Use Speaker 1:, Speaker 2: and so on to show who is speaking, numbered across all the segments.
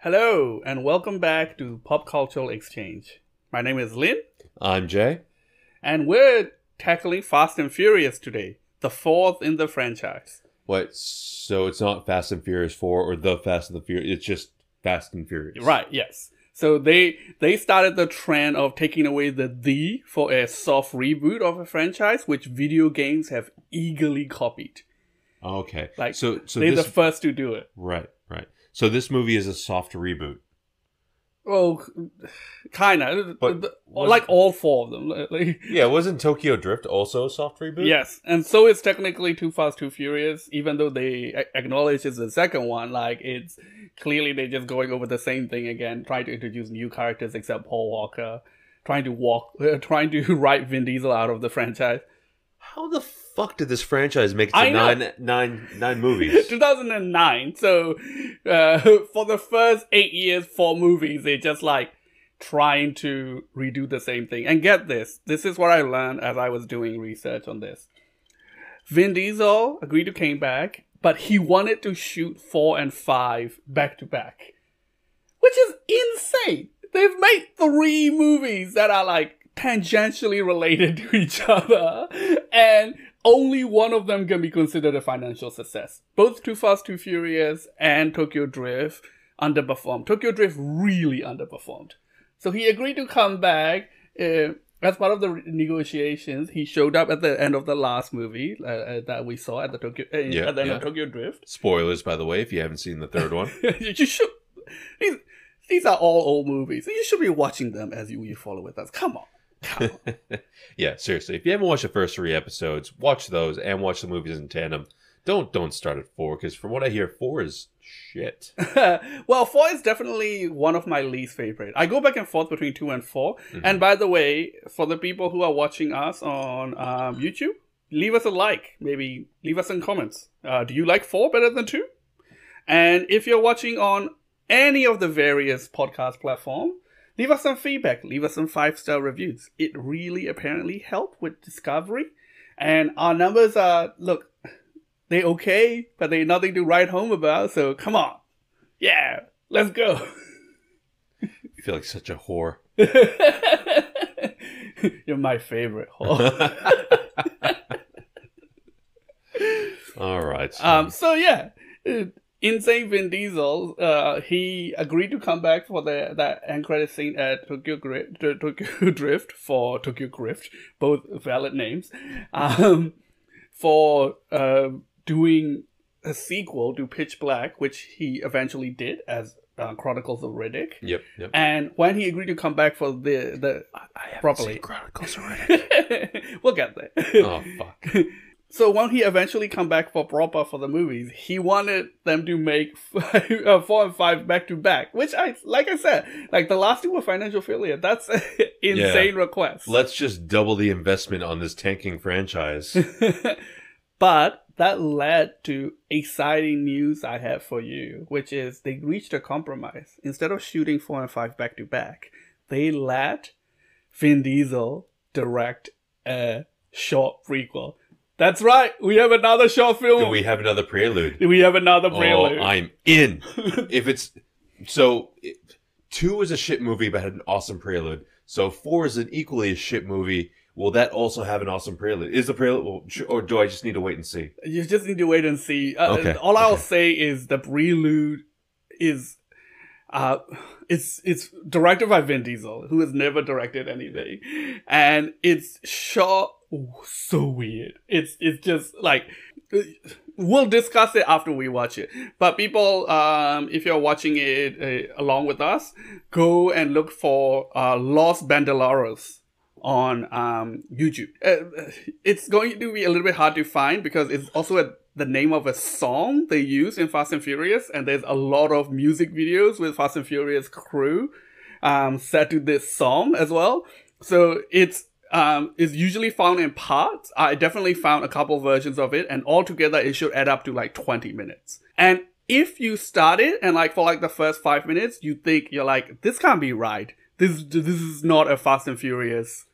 Speaker 1: Hello, and welcome back to Pop Cultural Exchange. My name is Lin,
Speaker 2: I'm Jay.
Speaker 1: and we're tackling Fast and Furious today, the fourth in the franchise.
Speaker 2: What? So it's not Fast and Furious Four or the Fast and the Furious. It's just Fast and Furious.
Speaker 1: Right, yes. So they they started the trend of taking away the "the" for a soft reboot of a franchise, which video games have eagerly copied.
Speaker 2: Okay.
Speaker 1: Like,
Speaker 2: so, so
Speaker 1: They're
Speaker 2: this,
Speaker 1: the first to do it.
Speaker 2: right, right. So this movie is a soft reboot.
Speaker 1: Well, kinda,
Speaker 2: But
Speaker 1: The-
Speaker 2: was-
Speaker 1: like all four of them. Like,
Speaker 2: Yeah, wasn't Tokyo Drift also a soft reboot?
Speaker 1: Yes, and so it's technically Too Fast, Too Furious, even though they a- acknowledge it's the second one. Like it's clearly they're just going over the same thing again, trying to introduce new characters except Paul Walker, trying to walk, trying to write Vin Diesel out of the franchise.
Speaker 2: How the fuck did this franchise make it
Speaker 1: I
Speaker 2: to
Speaker 1: know.
Speaker 2: nine, nine, nine movies?
Speaker 1: 2009. So uh, for the first eight years, four movies, they're just like trying to redo the same thing. And get this this is what I learned as I was doing research on this. Vin Diesel agreed to came back, but he wanted to shoot four and five back to back, which is insane. They've made three movies that are like tangentially related to each other, and only one of them can be considered a financial success. Both Too Fast, Too Furious and Tokyo Drift underperformed. Tokyo Drift really underperformed. So he agreed to come back. Uh, as part of the re- negotiations, he showed up at the end of the last movie uh, uh, that we saw at the Tokyo uh,
Speaker 2: Yeah,
Speaker 1: at the end of
Speaker 2: yeah.
Speaker 1: Tokyo Drift.
Speaker 2: Spoilers, by the way, if you haven't seen the third one.
Speaker 1: you should. These, these are all old movies. You should be watching them as you, you follow with us. Come on. Come on.
Speaker 2: yeah, seriously. If you haven't watched the first three episodes, watch those and watch the movies in tandem. Don't don't start at four because from what I hear, four is shit.
Speaker 1: well, four is definitely one of my least favorite. I go back and forth between two and 4
Speaker 2: Mm-hmm.
Speaker 1: And by the way, for the people who are watching us on um, YouTube, leave us a like. Maybe leave us some comments. Uh, do you like four better than two? And if you're watching on any of the various podcast platform, leave us some feedback. Leave us some five star reviews. It really apparently helped with discovery. And our numbers are look, they okay, but they nothing to write home about. So come on, yeah, let's go.
Speaker 2: I feel like such a whore.
Speaker 1: You're my favorite.
Speaker 2: All right.
Speaker 1: um, so yeah, uh, insane Vin Diesel. Uh, he agreed to come back for the that end credit scene at Tokyo Drift, Tokyo Drift for Tokyo Grift, both valid names, um, for uh, doing a sequel to Pitch Black, which he eventually did as uh, Chronicles of Riddick.
Speaker 2: yep. Yep.
Speaker 1: And when he agreed to come back for the the
Speaker 2: I
Speaker 1: properly. seen
Speaker 2: Chronicles
Speaker 1: we'll get there.
Speaker 2: oh fuck.
Speaker 1: So when he eventually come back for proper for the movies, he wanted them to make five, uh, four and five back to back, which I like. I said, like the last two were financial failure. That's an insane request.
Speaker 2: Let's just double the investment on this tanking franchise.
Speaker 1: but that led to exciting news I have for you, which is they reached a compromise. Instead of shooting four and five back to back, they let Vin Diesel direct a short prequel. That's right. We have another short
Speaker 2: Do
Speaker 1: film.
Speaker 2: we have another prelude?
Speaker 1: We have another
Speaker 2: Oh,
Speaker 1: prelude.
Speaker 2: I'm in. if it's so, it, two is a shit movie but had an awesome prelude. So four is an equally as shit movie. Will that also have an awesome prelude? Is the prelude, well, sh- or do I just need to wait and see?
Speaker 1: You just need to wait and see. Uh,
Speaker 2: Okay,
Speaker 1: All I'll
Speaker 2: okay.
Speaker 1: say is the prelude is, uh, it's it's directed by Vin Diesel, who has never directed anything, and it's shot so weird. It's it's just like we'll discuss it after we watch it. But people, um, if you're watching it uh, along with us, go and look for uh, Los Bandoleros on um, YouTube. Uh, it's going to be a little bit hard to find because it's also a, the name of a song they use in Fast and Furious, and there's a lot of music videos with Fast and Furious crew um, set to this song as well. So it's um, is usually found in parts. I definitely found a couple versions of it, and altogether it should add up to like 20 minutes. And if you start it and like for like the first five minutes, you think you're like, this can't be right. This this is not a Fast and Furious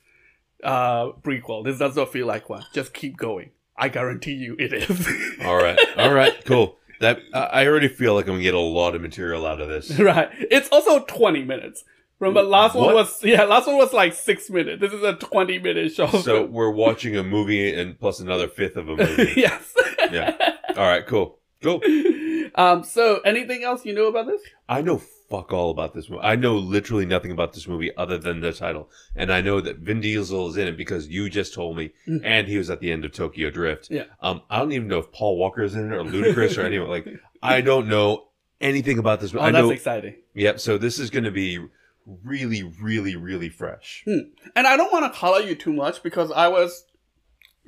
Speaker 1: uh, prequel. This does not feel like one. Just keep going. I guarantee you, it is.
Speaker 2: All right, all right, cool. That I I already feel like I'm gonna get a lot of material out of this.
Speaker 1: right. It's also 20 minutes. Remember, last one
Speaker 2: What?
Speaker 1: was, yeah, last one was like six minutes. This is a 20 minute show.
Speaker 2: So we're watching a movie and plus another fifth of a movie.
Speaker 1: yes.
Speaker 2: Yeah. All right. Cool. Cool.
Speaker 1: Um, so anything else you know about this?
Speaker 2: I know fuck all about this movie. I know literally nothing about this movie other than the title, and I know that Vin Diesel is in it because you just told me,
Speaker 1: Mhm.
Speaker 2: and he was at the end of Tokyo Drift.
Speaker 1: Yeah.
Speaker 2: Um. I don't even know if Paul Walker is in it or Ludacris or anyone. Like, I don't know anything about this.
Speaker 1: Oh,
Speaker 2: movie. I
Speaker 1: that's
Speaker 2: know.
Speaker 1: exciting.
Speaker 2: yep. So this is going to be really, really, really fresh.
Speaker 1: And I don't want to color you too much because I was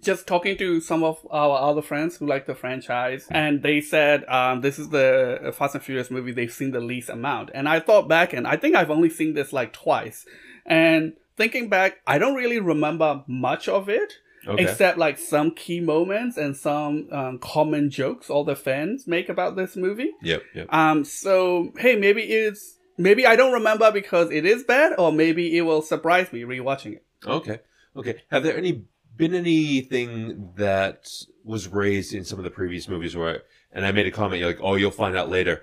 Speaker 1: just talking to some of our other friends who like the franchise, and they said um, this is the Fast and Furious movie they've seen the least amount. And I thought back, and I think I've only seen this like twice. And thinking back, I don't really remember much of it.
Speaker 2: Okay.
Speaker 1: except like some key moments and some um, common jokes all the fans make about this movie.
Speaker 2: yep. Yep.
Speaker 1: Um, so hey, maybe it's maybe I don't remember because it is bad, or maybe it will surprise me rewatching it.
Speaker 2: Okay. Okay. Have there any been anything that was raised in some of the previous movies where, I, and I made a comment, you're like, "Oh, you'll find out later."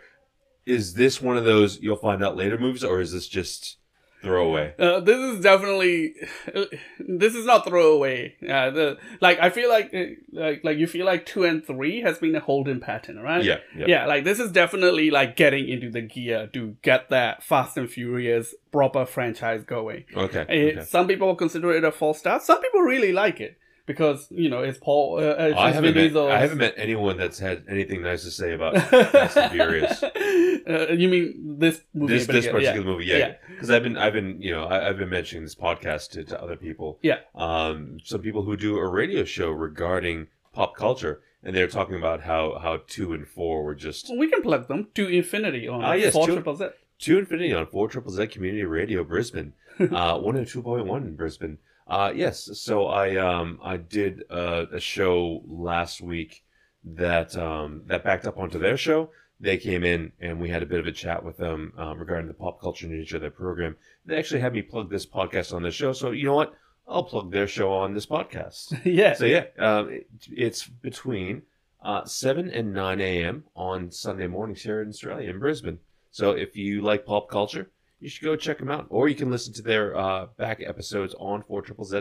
Speaker 2: Is this one of those you'll find out later movies, or is this just throwaway?
Speaker 1: Uh, this is definitely this is not throwaway. Uh, the like I feel like uh, like like you feel like two and three has been a holding pattern, right?
Speaker 2: Yeah. Yeah.
Speaker 1: Yeah, like this is definitely like getting into the gear to get that Fast and Furious proper franchise going.
Speaker 2: Okay.
Speaker 1: It,
Speaker 2: okay.
Speaker 1: Eh, Some people consider it a false start. Some people really like it because you know it's Paul. Uh, uh,
Speaker 2: Oh, I
Speaker 1: it's
Speaker 2: haven't,
Speaker 1: Vin
Speaker 2: met,
Speaker 1: Diesel's-
Speaker 2: I haven't met anyone that's had anything nice to say about Fast and Furious.
Speaker 1: Uh, you mean this movie?
Speaker 2: this
Speaker 1: in
Speaker 2: this
Speaker 1: particular,
Speaker 2: particular
Speaker 1: yeah.
Speaker 2: movie, yeah, because I've been I've been you know I, I've been mentioning this podcast to, to other people,
Speaker 1: Yeah.
Speaker 2: um, some people who do a radio show regarding pop culture, and they're talking about how how two and four were just
Speaker 1: Well, we can plug them to infinity on
Speaker 2: Ah, yes,
Speaker 1: four
Speaker 2: to-
Speaker 1: triple Z.
Speaker 2: two infinity on four triple Z community radio Brisbane, uh, one and two point one in Brisbane. Uh, yes, so I um I did uh, a show last week that um that backed up onto their show. They came in and we had a bit of a chat with them um, regarding the pop culture nature of their program. They actually had me plug this podcast on their show, so you know what? I'll plug their show on this podcast.
Speaker 1: yeah,
Speaker 2: So yeah, um, it, it's between uh, seven and nine a.m. on Sunday mornings here in Australia in Brisbane. So if you like pop culture, you should go check them out, or you can listen to their uh, back episodes on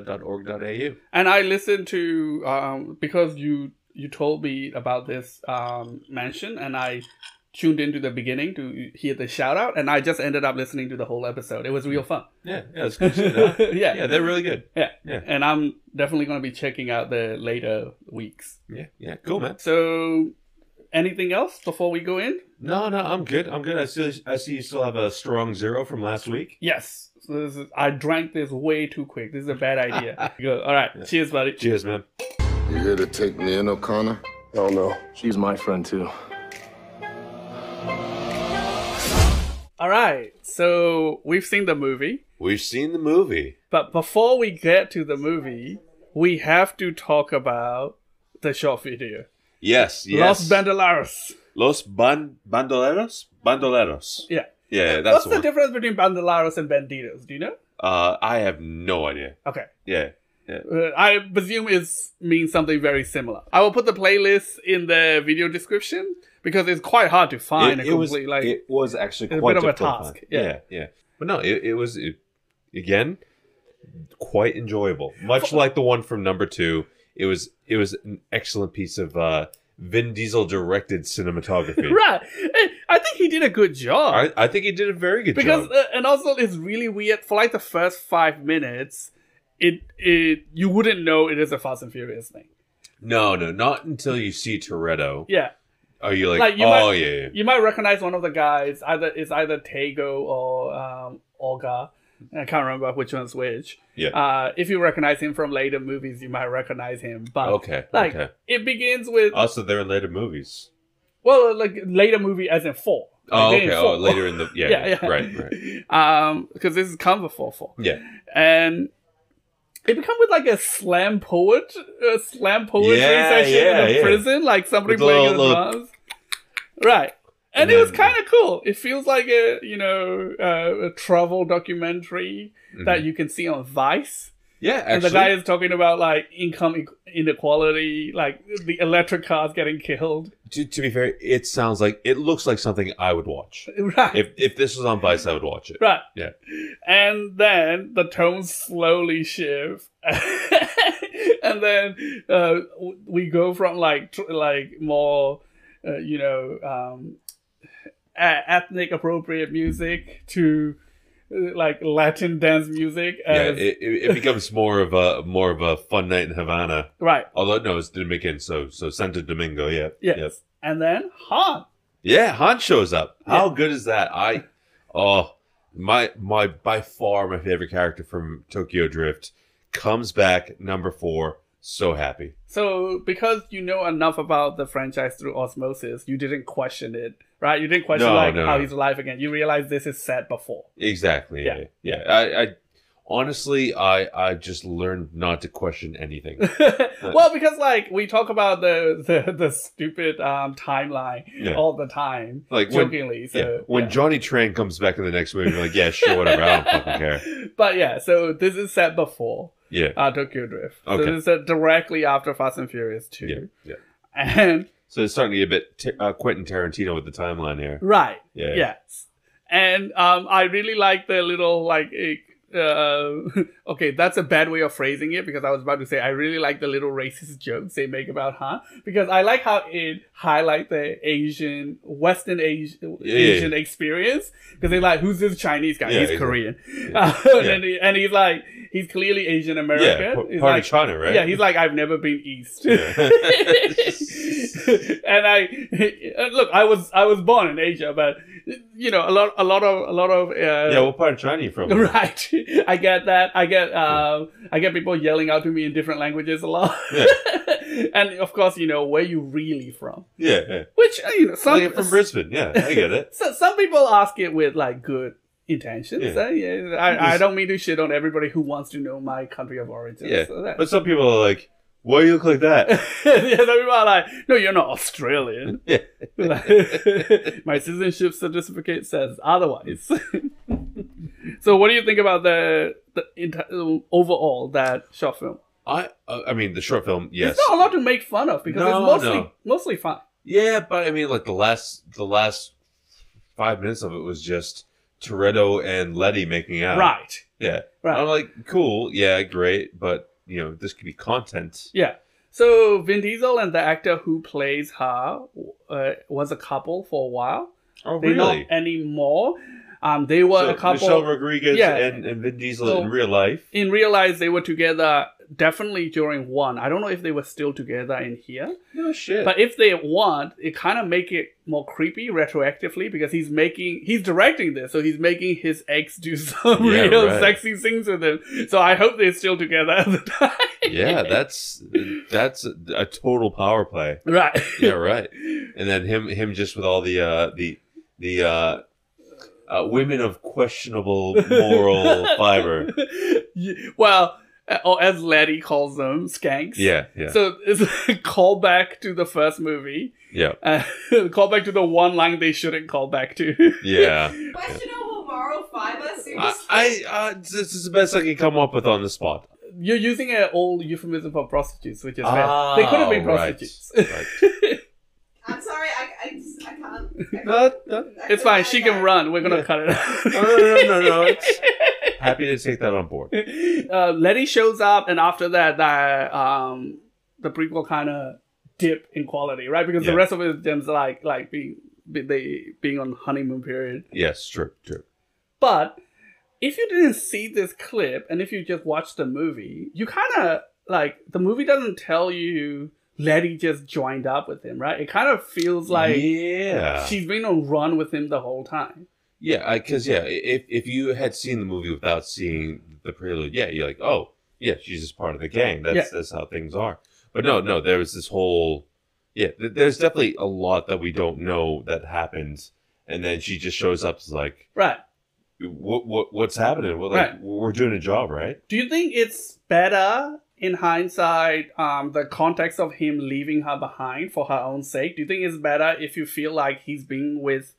Speaker 2: 4ZZZ.org.au.
Speaker 1: and I listened to um, because you you told me about this um, mansion, and I tuned into the beginning to hear the shout out, and I just ended up listening to the whole episode. It was real fun.
Speaker 2: Yeah, yeah, it's good. shit, huh?
Speaker 1: yeah,
Speaker 2: yeah, they're really good.
Speaker 1: and I'm definitely going to be checking out the later weeks.
Speaker 2: Yeah, yeah, cool, man.
Speaker 1: So, anything else before we go in?
Speaker 2: No, no, I'm good. I'm good. I see. I see you still have a strong zero from last week.
Speaker 1: Yes. So this is, I drank this way too quick. This is a bad idea. Go. All right. Cheers, buddy.
Speaker 2: Cheers, man.
Speaker 3: You here to take me in, O'Connor?
Speaker 4: Oh no.
Speaker 3: She's my friend, too.
Speaker 1: All right. So we've seen the movie,
Speaker 2: We've seen the movie.
Speaker 1: but before we get to the movie, we have to talk about the short video.
Speaker 2: Yes,
Speaker 1: Los Bandoleros.
Speaker 2: Los ban- bandoleros, bandoleros.
Speaker 1: Yeah.
Speaker 2: Yeah,
Speaker 1: What's the, difference between Bandoleros and Bandidos? Do you know?
Speaker 2: Uh, I have no idea.
Speaker 1: Okay.
Speaker 2: Yeah.
Speaker 1: Uh, I presume it means something very similar. I will put the playlist in the video description because it's quite hard to find.
Speaker 2: it,
Speaker 1: a
Speaker 2: it was
Speaker 1: complete, like
Speaker 2: it was actually
Speaker 1: a bit
Speaker 2: quite
Speaker 1: of a
Speaker 2: difficult
Speaker 1: task,
Speaker 2: find.
Speaker 1: yeah.
Speaker 2: yeah, yeah. But no, it, it was it, again quite enjoyable. Much like the one from number two, it was it was an excellent piece of uh, Vin Diesel directed cinematography.
Speaker 1: right. Eh, I think he did a good job.
Speaker 2: I, I think he did a very good
Speaker 1: because
Speaker 2: job.
Speaker 1: uh, and also it's really weird for like the first five minutes it it you wouldn't know it is a fast and furious thing
Speaker 2: No, no, not until you see Toretto
Speaker 1: yeah
Speaker 2: are you like,
Speaker 1: Like, you
Speaker 2: oh
Speaker 1: might-
Speaker 2: yeah, yeah.
Speaker 1: you might recognize one of the guys either it's either Tego or um olga i can't remember which one's which
Speaker 2: Yeah.
Speaker 1: uh if you recognize him from later movies you might recognize him but
Speaker 2: okay, Uh,
Speaker 1: like
Speaker 2: okay.
Speaker 1: it begins with
Speaker 2: Also, they're in later movies.
Speaker 1: well like later movie as in four Like,
Speaker 2: Oh,
Speaker 1: they're in
Speaker 2: okay. Oh,
Speaker 1: four.
Speaker 2: later in the yeah,
Speaker 1: yeah, yeah.
Speaker 2: right, right.
Speaker 1: Um, because this is cover for four.
Speaker 2: Yeah.
Speaker 1: and it become with like a slam poet, a slam poetry
Speaker 2: Yeah,
Speaker 1: session
Speaker 2: yeah,
Speaker 1: in a
Speaker 2: yeah.
Speaker 1: prison, like somebody
Speaker 2: With the
Speaker 1: playing the
Speaker 2: little- little-
Speaker 1: drums, right? And,
Speaker 2: And
Speaker 1: it was
Speaker 2: then-
Speaker 1: kind of cool. It feels like a you know uh, a travel documentary that you can see on Vice.
Speaker 2: Yeah,
Speaker 1: And the
Speaker 2: Mm-hmm. actually.
Speaker 1: guy is talking about like income e- inequality, like the electric cars getting killed.
Speaker 2: to, to be fair, it sounds like it looks like something I would watch.
Speaker 1: Right.
Speaker 2: If if this was on Vice, I would watch it.
Speaker 1: Right.
Speaker 2: Yeah.
Speaker 1: And then the tones slowly shift. and then uh, w- we go from like tr- like more uh, you know um, a- ethnic appropriate music to uh, like Latin dance music
Speaker 2: Yeah,
Speaker 1: as,
Speaker 2: it, it, it becomes more of a more of a fun night in Havana.
Speaker 1: right
Speaker 2: Although no, it's Dominican, so so Santo Domingo. Yeah,
Speaker 1: yes
Speaker 2: yeah.
Speaker 1: and then Han
Speaker 2: Yeah, Han shows up.
Speaker 1: Yeah.
Speaker 2: How good is that? I oh my my by far my favorite character from Tokyo Drift comes back number four. So happy.
Speaker 1: so because you know enough about the franchise through osmosis you didn't question it right you didn't question
Speaker 2: No,
Speaker 1: like
Speaker 2: no,
Speaker 1: how
Speaker 2: no.
Speaker 1: he's alive again you realize this is said before
Speaker 2: Exactly.
Speaker 1: Yeah.
Speaker 2: Yeah. Yeah. I, I honestly I I just learned not to question anything.
Speaker 1: well, because like we talk about the the, the stupid um, timeline
Speaker 2: Yeah.
Speaker 1: all the time,
Speaker 2: Like when
Speaker 1: jokingly.
Speaker 2: yeah,
Speaker 1: so
Speaker 2: when
Speaker 1: yeah.
Speaker 2: Johnny Tran comes back in the next movie, you're like, yeah, sure, whatever. I don't fucking care.
Speaker 1: But yeah, so this is set before
Speaker 2: Yeah.
Speaker 1: uh, Tokyo Drift.
Speaker 2: Okay.
Speaker 1: So this is set directly after Fast and Furious Two.
Speaker 2: Yeah. Yeah.
Speaker 1: And
Speaker 2: So it's starting to get a bit t- uh, Quentin Tarantino with the timeline here.
Speaker 1: right,
Speaker 2: Yeah.
Speaker 1: yes, and um, I really like the little like. eh, uh, okay, that's a bad way of phrasing it because I was about to say I really like the little racist jokes they make about Han because I like how it highlight the Asian, Western Asian,
Speaker 2: Yeah, yeah,
Speaker 1: Asian experience because they're like, who's this Chinese guy?
Speaker 2: Yeah,
Speaker 1: he's
Speaker 2: yeah.
Speaker 1: Korean,
Speaker 2: Yeah.
Speaker 1: Uh, and, then he- and he's like, he's clearly Asian American.
Speaker 2: Yeah. Part
Speaker 1: He's
Speaker 2: of
Speaker 1: like,
Speaker 2: China, right?
Speaker 1: yeah, he's like, I've never been East. and I and look, I was I was born in Asia, but you know, a lot a lot of a lot of uh,
Speaker 2: yeah, what part of China are you from?
Speaker 1: Right. I get that. I get um I get people yelling out to me in different languages a lot.
Speaker 2: Yeah.
Speaker 1: and of course, you know, where you really from.
Speaker 2: Yeah, yeah.
Speaker 1: Which uh, you know some
Speaker 2: Like, I'm from Brisbane. Yeah, I get it.
Speaker 1: so, some people ask it with like good intentions.
Speaker 2: Yeah.
Speaker 1: Uh, yeah, I, I don't mean to shit on everybody who wants to know my country of origin.
Speaker 2: Yeah,
Speaker 1: So that-
Speaker 2: But some people are like, "Why you look like that?"
Speaker 1: yeah, some people are like, no, you're not Australian.
Speaker 2: Yeah.
Speaker 1: My citizenship certificate says otherwise. so, what do you think about the the enti- overall that short film?
Speaker 2: I, uh, I mean, the short film, yes,
Speaker 1: It's not a lot to make fun of because
Speaker 2: No,
Speaker 1: it's mostly
Speaker 2: no.
Speaker 1: mostly fun.
Speaker 2: yeah, but I mean, like the last, the last five minutes of it was just Toretto and Letty making out.
Speaker 1: Right.
Speaker 2: Yeah. I'm
Speaker 1: Right.
Speaker 2: like, cool. Yeah, great. But you know, this could be content.
Speaker 1: So Vin Diesel and the actor who plays her uh, was a couple for a while.
Speaker 2: Oh,
Speaker 1: They're not anymore. Um, they were
Speaker 2: So
Speaker 1: a couple.
Speaker 2: Michelle Rodriguez
Speaker 1: Yeah.
Speaker 2: and, and Vin Diesel
Speaker 1: So-
Speaker 2: in real life.
Speaker 1: in real life they were together definitely during one i don't know if they were still together in here
Speaker 2: No shit.
Speaker 1: but if they want it kind of make it more creepy retroactively because he's making he's directing this so he's making his ex do some
Speaker 2: Yeah,
Speaker 1: real
Speaker 2: right.
Speaker 1: sexy things with him so i hope they're still together at the time
Speaker 2: yeah, that's that's a, a total power play.
Speaker 1: right
Speaker 2: yeah, right. And then him, him just with all the uh, the the uh, uh, women of questionable moral fiber.
Speaker 1: Yeah, well uh, or as letty calls them skanks
Speaker 2: Yeah, yeah,
Speaker 1: so it's a callback to the first movie
Speaker 2: yeah,
Speaker 1: uh, callback to the one line they shouldn't call back to
Speaker 2: yeah.
Speaker 4: Questionable moral fiber.
Speaker 2: I,
Speaker 4: Seriously.
Speaker 2: I uh, this is the best I can come up with on the spot.
Speaker 1: you're using an old euphemism for prostitutes, which is
Speaker 2: Ah,
Speaker 1: fair. They could have been
Speaker 2: right,
Speaker 1: prostitutes.
Speaker 2: right.
Speaker 4: I'm sorry. I, I, just, I can't. I can't.
Speaker 2: No, no,
Speaker 4: I
Speaker 1: it's
Speaker 4: couldn't
Speaker 1: fine. She
Speaker 4: like
Speaker 1: can
Speaker 4: that.
Speaker 1: run. We're gonna
Speaker 2: Yeah.
Speaker 1: cut it
Speaker 2: no, no,
Speaker 1: out.
Speaker 2: no, no. It's, happy to take that on board.
Speaker 1: uh, Letty shows up, and after that, that um, the prequel kind of dip in quality, right? Because the
Speaker 2: Yeah.
Speaker 1: rest of it is them like like being be- they being on honeymoon period.
Speaker 2: Yes, true, true.
Speaker 1: But if you didn't see this clip, and if you just watched the movie, you kind of like the movie doesn't tell you Letty just joined up with him, right? It kind of feels like.
Speaker 2: yeah,
Speaker 1: She's been on run with him the whole time.
Speaker 2: yeah, because yeah, if if you had seen the movie without seeing the prelude, yeah, you're like, oh, yeah, she's just part of the gang. That's that's how things are. But no, no, there was this whole, yeah, th- there's definitely a lot that we don't know that happened, and then she just shows up is like,
Speaker 1: Right.
Speaker 2: what what what's happening? Well, like,
Speaker 1: Right.
Speaker 2: we're doing a job, right?
Speaker 1: Do you think it's better in hindsight, um, the context of him leaving her behind for her own sake? Do you think it's better if you feel like he's been with,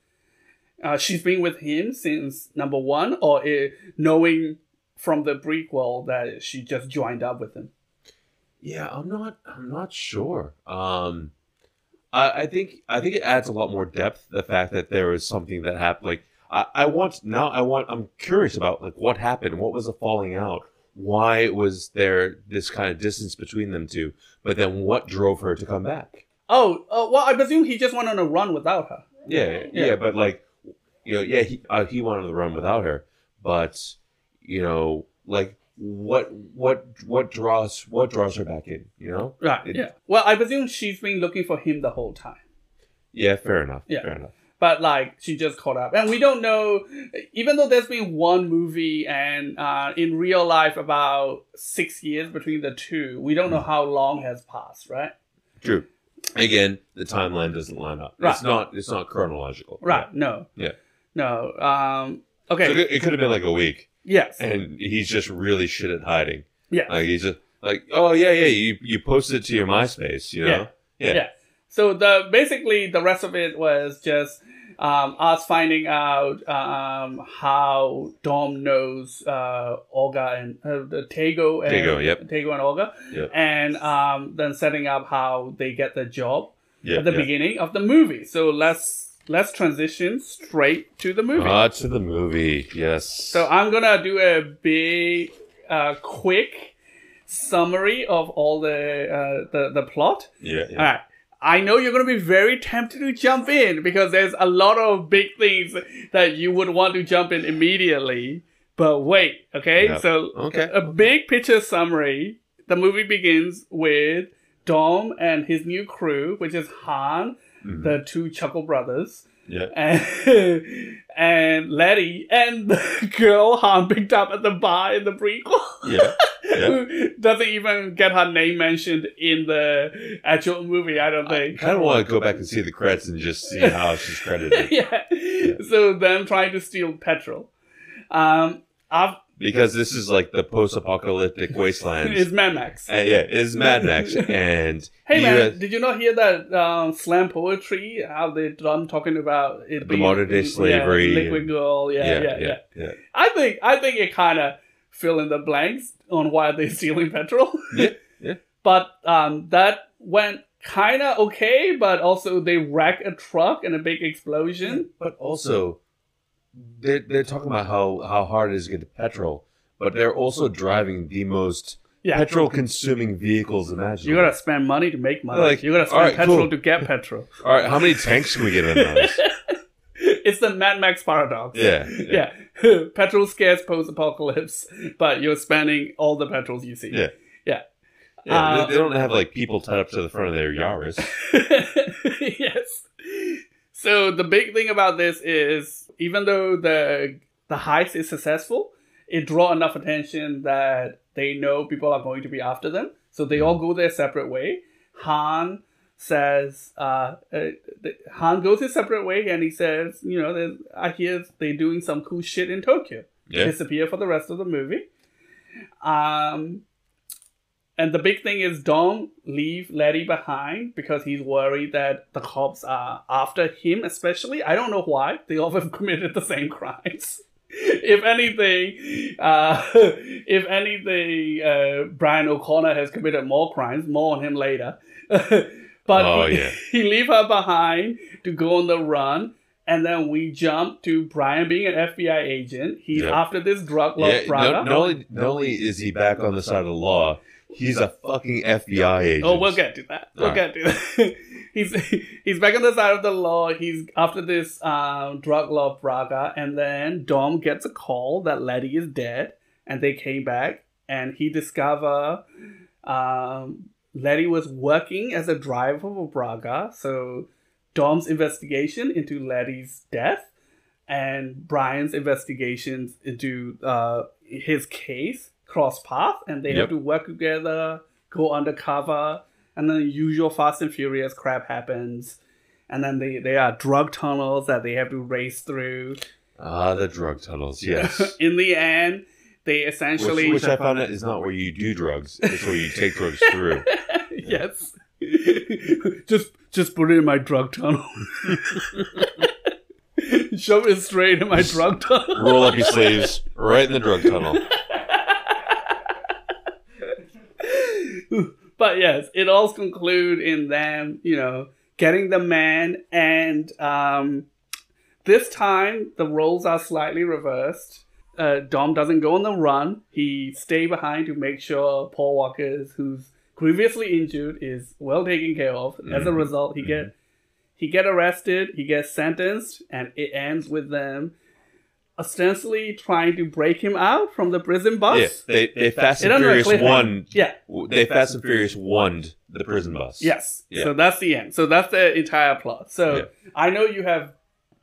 Speaker 1: uh, she's been with him since number one, or i knowing from the prequel that she just joined up with him.
Speaker 2: Yeah, I'm not. I'm not sure. Um, I, I think I think it adds a lot more depth. The fact that there was something that happened. Like I, I want now. I want. I'm curious about like what happened. What was the falling out? Why was there this kind of distance between them two? But then what drove her to come back?
Speaker 1: Oh, uh, well, I presume he just went on a run without her.
Speaker 2: Yeah, yeah.
Speaker 1: Yeah.
Speaker 2: but like, you know, yeah, he uh, he wanted to run without her, but you know, like what what what draws what draws her back in? You know?
Speaker 1: Right.
Speaker 2: It-
Speaker 1: yeah. Well, I presume she's been looking for him the whole time.
Speaker 2: Yeah, fair enough.
Speaker 1: Yeah.
Speaker 2: fair enough.
Speaker 1: but like she just caught up and we don't know even though there's been one movie and uh, in real life about six years between the two we don't
Speaker 2: Mm.
Speaker 1: know how long has passed right
Speaker 2: True. Again, the timeline doesn't line up.
Speaker 1: Right.
Speaker 2: It's not. It's not chronological.
Speaker 1: right no
Speaker 2: Yeah.
Speaker 1: no um
Speaker 2: Yeah. So
Speaker 1: okay
Speaker 2: it, it could have been like a week,
Speaker 1: yes
Speaker 2: and he's just really shit at hiding.
Speaker 1: Yeah.
Speaker 2: Like he's just like, oh yeah, yeah. You you posted it to your MySpace, you know?
Speaker 1: Yeah.
Speaker 2: Yeah.
Speaker 1: Yeah. so the basically the rest of it was just um, us finding out um, how Dom knows uh, Olga and uh, the Tego and
Speaker 2: Tego, yep.
Speaker 1: Tego and Olga,
Speaker 2: Yep.
Speaker 1: and um, then setting up how they get the job.
Speaker 2: Yeah.
Speaker 1: at the
Speaker 2: yeah.
Speaker 1: beginning of the movie. So let's let's transition straight to the movie.
Speaker 2: Ah, to the movie. Yes.
Speaker 1: so I'm gonna do a big, uh, quick summary of all the uh, the the plot.
Speaker 2: yeah. yeah.
Speaker 1: All right. I know you're going to be very tempted to jump in because there's a lot of big things that you would want to jump in immediately. But wait, okay?
Speaker 2: Yep.
Speaker 1: So,
Speaker 2: Okay.
Speaker 1: a big picture summary. The movie begins with Dom and his new crew, which is Han,
Speaker 2: Mhm.
Speaker 1: the two Chuckle brothers,
Speaker 2: yeah.
Speaker 1: and, and Letty, and the girl Han picked up at the bar in the prequel
Speaker 2: Yeah. Yeah.
Speaker 1: who doesn't even get her name mentioned in the actual movie, I don't
Speaker 2: I
Speaker 1: think.
Speaker 2: kind of want to go back and see the credits and just see how she's credited
Speaker 1: yeah. So them trying to steal petrol. Um I've,
Speaker 2: because this is like the post-apocalyptic wasteland.
Speaker 1: it's Mad Max.
Speaker 2: Uh, yeah, it's Mad Max, and
Speaker 1: Hey man,
Speaker 2: US
Speaker 1: did you not hear that um, slam poetry? How they done talking about it
Speaker 2: The modern day
Speaker 1: yeah,
Speaker 2: slavery
Speaker 1: liquid
Speaker 2: and-
Speaker 1: girl, yeah, yeah, yeah,
Speaker 2: yeah,
Speaker 1: I think I think it kind of fill in the blanks on why they're stealing petrol.
Speaker 2: Yeah, yeah.
Speaker 1: But um, that went kind of okay, but also they wreck a truck in a big explosion.
Speaker 2: But also, they're they're talking about how how hard it is to get to petrol, but they're also driving the most
Speaker 1: Yeah.
Speaker 2: petrol-consuming vehicles
Speaker 1: You
Speaker 2: imaginable.
Speaker 1: gotta spend money to make money.
Speaker 2: Like,
Speaker 1: you gotta spend
Speaker 2: alright,
Speaker 1: petrol
Speaker 2: cool.
Speaker 1: to get petrol.
Speaker 2: All right, how many tanks can we get in those?
Speaker 1: it's the Mad Max paradox.
Speaker 2: yeah,
Speaker 1: yeah. petrol scarce post apocalypse, but you're spending all the petrols you see.
Speaker 2: Yeah. Yeah,
Speaker 1: Uh,
Speaker 2: they- they don't have like people tied up to the front of their Yaris.
Speaker 1: yes. So the big thing about this is even though the the heist is successful, it draw enough attention that they know people are going to be after them. So they all go their separate way. Han says, uh, uh, th- Han goes his separate way, and he says, you know, there's- I hear they doing some cool shit in Tokyo
Speaker 2: Yeah,
Speaker 1: disappear for the rest of the movie. Um, and the big thing is Dom leave Letty behind because he's worried that the cops are after him, especially. I don't know why. They all have committed the same crimes. if anything, uh, if anything, uh, Brian O'Connor has committed more crimes. More on him later. but
Speaker 2: Oh,
Speaker 1: he,
Speaker 2: yeah.
Speaker 1: he leave her behind to go on the run. And then we jump to Brian being an FBI agent. He's
Speaker 2: Yep.
Speaker 1: after this drug lord
Speaker 2: yeah. No,
Speaker 1: brother.
Speaker 2: not only not only is he back on the side of the law, he's a fucking FBI agent.
Speaker 1: Oh, we'll get to that. We'll
Speaker 2: All
Speaker 1: get to that. he's he's back on the side of the law. He's after this um, drug law Braga, and then Dom gets a call that Letty is dead, and they came back, and he discover um, Letty was working as a driver for Braga. So Dom's investigation into Letty's death and Brian's investigations into uh, his case cross path, and they have
Speaker 2: Yep.
Speaker 1: to work together, go undercover, and then the usual Fast and Furious crap happens. And then they, they are drug tunnels that they have to race through.
Speaker 2: Ah, the drug tunnels. Yes.
Speaker 1: In the end, they essentially
Speaker 2: which, which I found out is not where you do drugs; it's where you take drugs through.
Speaker 1: yes. just just put it in my drug tunnel. Shove it straight in my drug tunnel.
Speaker 2: Roll up your sleeves, right in the drug tunnel.
Speaker 1: But yes, it all conclude in them, you know, getting the man, and um, this time the roles are slightly reversed. Uh, Dom doesn't go on the run; he stay behind to make sure Paul Walker's, who's previously injured, is well taken care of. As a
Speaker 2: Mhm.
Speaker 1: result, he get he get arrested, he gets sentenced, and it ends with them ostensibly trying to break him out from the prison bus.
Speaker 2: Yeah, they, they Fast
Speaker 1: It doesn't
Speaker 2: and Furious
Speaker 1: really-
Speaker 2: one.
Speaker 1: Yeah.
Speaker 2: They Fast and Furious one the prison bus.
Speaker 1: Yes.
Speaker 2: Yeah.
Speaker 1: So that's the end. So that's the entire plot. So
Speaker 2: Yeah.
Speaker 1: I know you have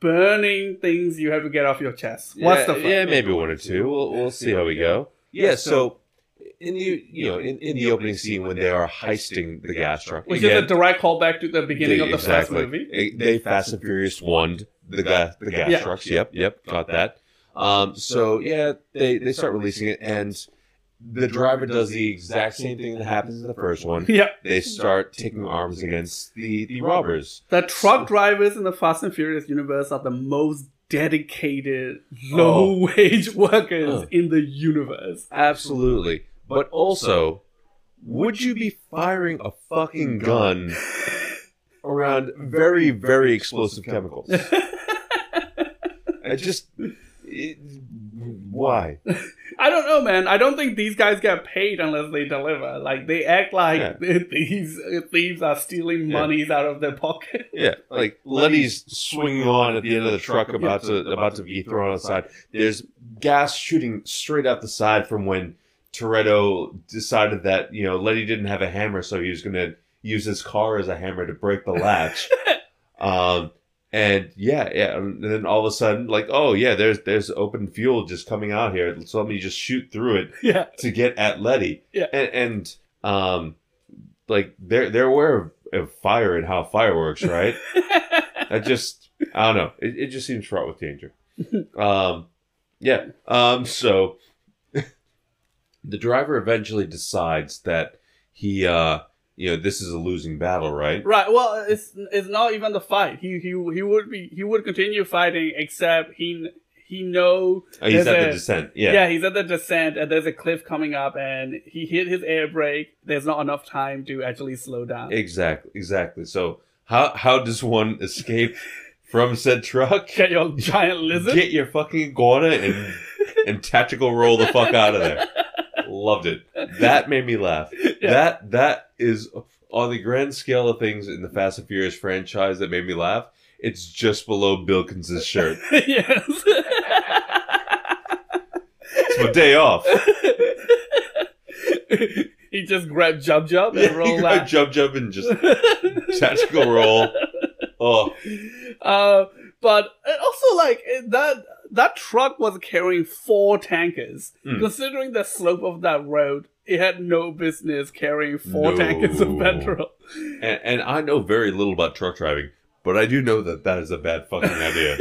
Speaker 1: burning things you have to get off your chest.
Speaker 2: Yeah,
Speaker 1: What's the fun?
Speaker 2: yeah, maybe one or two. We'll, we'll see how we go. Yeah. So in the you know in, in the opening scene when they are heisting the gas truck,
Speaker 1: Which
Speaker 2: again,
Speaker 1: is a direct callback to the beginning
Speaker 2: They-
Speaker 1: of the
Speaker 2: exactly.
Speaker 1: first movie.
Speaker 2: They- They Fast and Furious one the gas the gas
Speaker 1: Yeah.
Speaker 2: trucks. Yep, yep, got that. Um, so yeah, they they start releasing it, and the driver does the exact same thing that happens in the first one.
Speaker 1: Yeah,
Speaker 2: They start taking arms against the the robbers.
Speaker 1: the truck drivers in the Fast and Furious universe are the most dedicated low wage workers
Speaker 2: Oh.
Speaker 1: in the universe.
Speaker 2: Absolutely, but also, would you be firing a fucking gun around very very explosive chemicals? I just. It, why?
Speaker 1: I don't know, man. I don't think these guys get paid unless they deliver. Like they act like these thieves are stealing
Speaker 2: Yeah.
Speaker 1: monies out of their pocket.
Speaker 2: Yeah, like Letty's swinging on at the end of the truck, about to about to be thrown outside. There's gas shooting straight out the side from when Toretto decided that you know Letty didn't have a hammer, so he was going to use his car as a hammer to break the latch. um, and yeah, yeah, and then all of a sudden, like, oh yeah, there's there's open fuel just coming out here. So let me just shoot through it
Speaker 1: Yeah.
Speaker 2: to get at Letty.
Speaker 1: Yeah.
Speaker 2: And, and um like they're they're aware of, of fire and how fireworks, right? I just I don't know. It, it just seems fraught with danger. Um yeah. Um so the driver eventually decides that he uh you know this is a losing battle, right?
Speaker 1: Right. Well, it's it's not even the fight. He he he would be he would continue fighting, except he he know
Speaker 2: Uh, He's
Speaker 1: There's
Speaker 2: at the
Speaker 1: a-
Speaker 2: descent.
Speaker 1: yeah.
Speaker 2: Yeah.
Speaker 1: he's at the descent and there's a cliff coming up and he hit his air brake. There's not enough time to actually slow down.
Speaker 2: Exactly. Exactly. So how how does one escape from said truck?
Speaker 1: Get your giant lizard.
Speaker 2: Get your fucking iguana and and tactical roll the fuck out of there. Loved it. That made me laugh.
Speaker 1: Yeah.
Speaker 2: That that is on the grand scale of things in the Fast and Furious franchise that made me laugh. It's just below Bilkins' shirt.
Speaker 1: yes.
Speaker 2: It's my day off.
Speaker 1: he just grabbed Jub Jub and rolled
Speaker 2: I
Speaker 1: out.
Speaker 2: jump, jump, and just tactical roll. Oh,
Speaker 1: uh, but and also like it- that that truck was carrying four tankers.
Speaker 2: Mm.
Speaker 1: Considering the slope of that road, it had no business carrying four
Speaker 2: No.
Speaker 1: tankers of petrol.
Speaker 2: and, and I know very little about truck driving, but I do know that that is a bad fucking idea.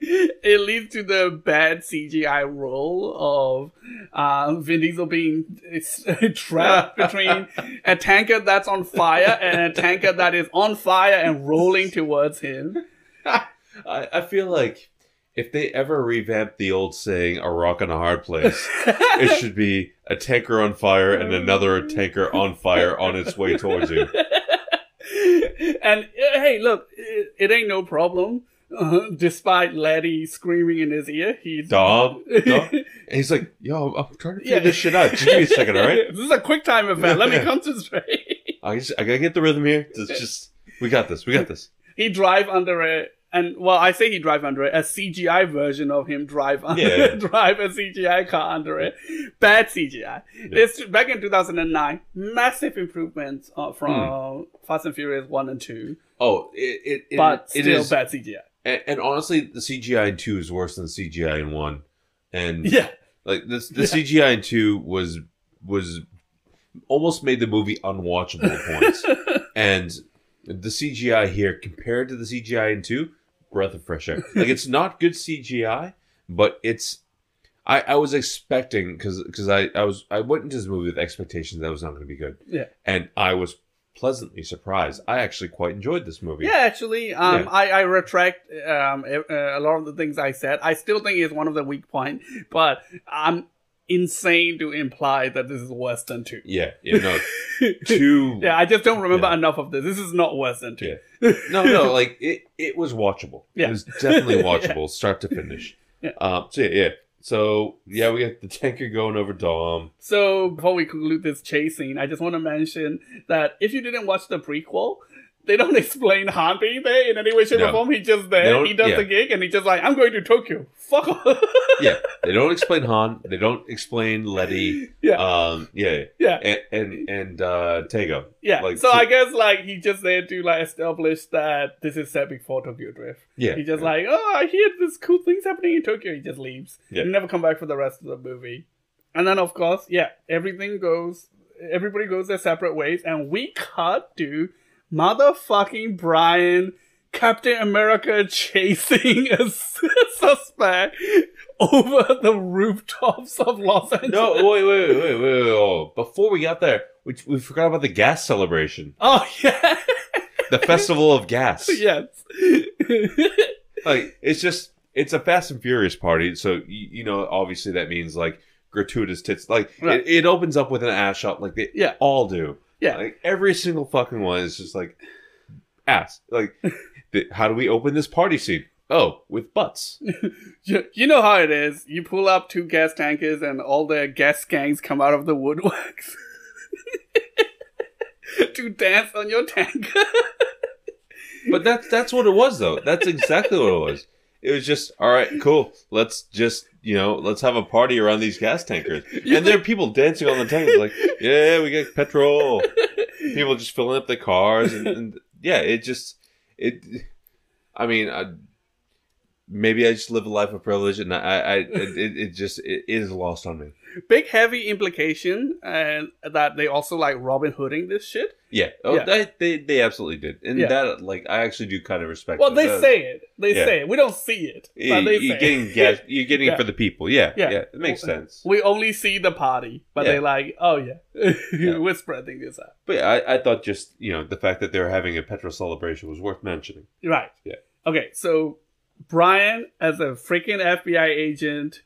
Speaker 1: it leads to the bad CGI role of um, Vin Diesel being it's, trapped between a tanker that's on fire and a tanker that is on fire and rolling towards him.
Speaker 2: I, I feel like if they ever revamp the old saying "a rock on a hard place," it should be a tanker on fire and another tanker on fire on its way towards you.
Speaker 1: and uh, hey, look, it, it ain't no problem. Uh, despite Laddie screaming in his ear, he's
Speaker 2: Dog, dog. And he's like, "Yo, I'm, I'm trying to figure
Speaker 1: Yeah.
Speaker 2: this shit out. Just give me a second, all right?
Speaker 1: this is a quick time event. Let me concentrate.
Speaker 2: I, just, I gotta get the rhythm here. It's just we got this. We got this."
Speaker 1: he drive under a and well, I say he drive under it. A CGI version of him drive under
Speaker 2: Yeah.
Speaker 1: drive a CGI car under it. Bad CGI. It's back in 2009. Massive improvements uh, from
Speaker 2: Hmm.
Speaker 1: Fast and Furious one and two,
Speaker 2: Oh, it, it, it
Speaker 1: but
Speaker 2: it
Speaker 1: still
Speaker 2: is-
Speaker 1: bad CGI.
Speaker 2: And, and honestly, the CGI in two is worse than CGI in one. And
Speaker 1: Yeah,
Speaker 2: Like this, the
Speaker 1: Yeah.
Speaker 2: CGI in two was was almost made the movie unwatchable at points, and the CGI here compared to the CGI in two, breath of fresh air. Like it's not good CGI, but it's. I, I was expecting because because I, I was I went into this movie with expectations that it was not going to be good.
Speaker 1: Yeah.
Speaker 2: and I was pleasantly surprised. I actually quite enjoyed this movie.
Speaker 1: yeah. Actually, um,
Speaker 2: Yeah.
Speaker 1: I I retract um e- uh, a lot of the things I said. I still think it's one of the weak points, but um, insane to imply that this is worse than two.
Speaker 2: Yeah, yeah no, two.
Speaker 1: yeah, I just don't remember
Speaker 2: Yeah.
Speaker 1: enough of this. This is not worse than two.
Speaker 2: no, no, like it, it was watchable.
Speaker 1: Yeah.
Speaker 2: It was definitely watchable, start to finish.
Speaker 1: Yeah.
Speaker 2: Um, so yeah, yeah. So yeah, we got the tanker going over Dom.
Speaker 1: So before we conclude this chase scene, I just want to mention that if you didn't watch the prequel, they don't explain Han being there in any way, shape,
Speaker 2: No.
Speaker 1: or form. He's just
Speaker 2: They
Speaker 1: there.
Speaker 2: don't-
Speaker 1: He does
Speaker 2: yeah.
Speaker 1: the gig, and he's just like, "I'm going to Tokyo." Fuck. off.
Speaker 2: Yeah, they don't explain Han. They don't explain Letty.
Speaker 1: yeah,
Speaker 2: Um, yeah,
Speaker 1: yeah,
Speaker 2: and and, and uh, Tego.
Speaker 1: yeah.
Speaker 2: like,
Speaker 1: so
Speaker 2: so-
Speaker 1: I guess like he's just there to like establish that this is set before Tokyo Drift.
Speaker 2: Yeah,
Speaker 1: He's just like, "Oh, I hear this cool things happening in Tokyo." He just leaves.
Speaker 2: Yeah.
Speaker 1: He never come back for the rest of the movie. And then of course, yeah, everything goes. Everybody goes their separate ways, and we cut to motherfucking Brian, Captain America chasing a s- suspect over the rooftops of Los Angeles.
Speaker 2: no, wait, wait, wait, wait, wait, wait. wait. Before we got there, we, we forgot about the gas celebration,
Speaker 1: Oh yeah,
Speaker 2: the festival of gas.
Speaker 1: yes.
Speaker 2: like it's just it's a fast and furious party so you, you know obviously that means like gratuitous tits like
Speaker 1: Right.
Speaker 2: it, it opens up with an ass shot like they
Speaker 1: Yeah.
Speaker 2: all do
Speaker 1: Yeah.
Speaker 2: like every single fucking one is just like ass like the, how do we open this party scene oh with butts
Speaker 1: You, you know how it is. You pull up two gas tankers and all the gas gangs come out of the woodworks to dance on your tanker.
Speaker 2: but that's that's what it was though that's exactly what it was it was just all right cool let's just you know let's have a party around these gas tankers
Speaker 1: You
Speaker 2: and there are people dancing on the tankers like yeah we got petrol
Speaker 1: think-
Speaker 2: people just filling up the cars and, and yeah it just it i mean I, maybe i just live a life of privilege and i i I- it, it just it is lost on me
Speaker 1: Big heavy implication and that they also like Robin Hooding this shit.
Speaker 2: yeah oh
Speaker 1: Yeah.
Speaker 2: They, they they absolutely did and
Speaker 1: Yeah.
Speaker 2: that like i actually do kind of respect
Speaker 1: Well,
Speaker 2: that.
Speaker 1: they
Speaker 2: That-
Speaker 1: say it. They
Speaker 2: Yeah.
Speaker 1: say it. We don't see it,
Speaker 2: yeah,
Speaker 1: but they say
Speaker 2: you're getting
Speaker 1: it.
Speaker 2: gas, you're getting
Speaker 1: Yeah.
Speaker 2: it for the people yeah
Speaker 1: Yeah.
Speaker 2: yeah, it makes sense
Speaker 1: We only see the party, but
Speaker 2: Yeah.
Speaker 1: they like, oh yeah, we're spreading this out.
Speaker 2: but yeah, I, I thought just you know the fact that they're having a petrol celebration was worth mentioning
Speaker 1: Right.
Speaker 2: Yeah.
Speaker 1: Okay, so Brian, as a freaking FBI agent,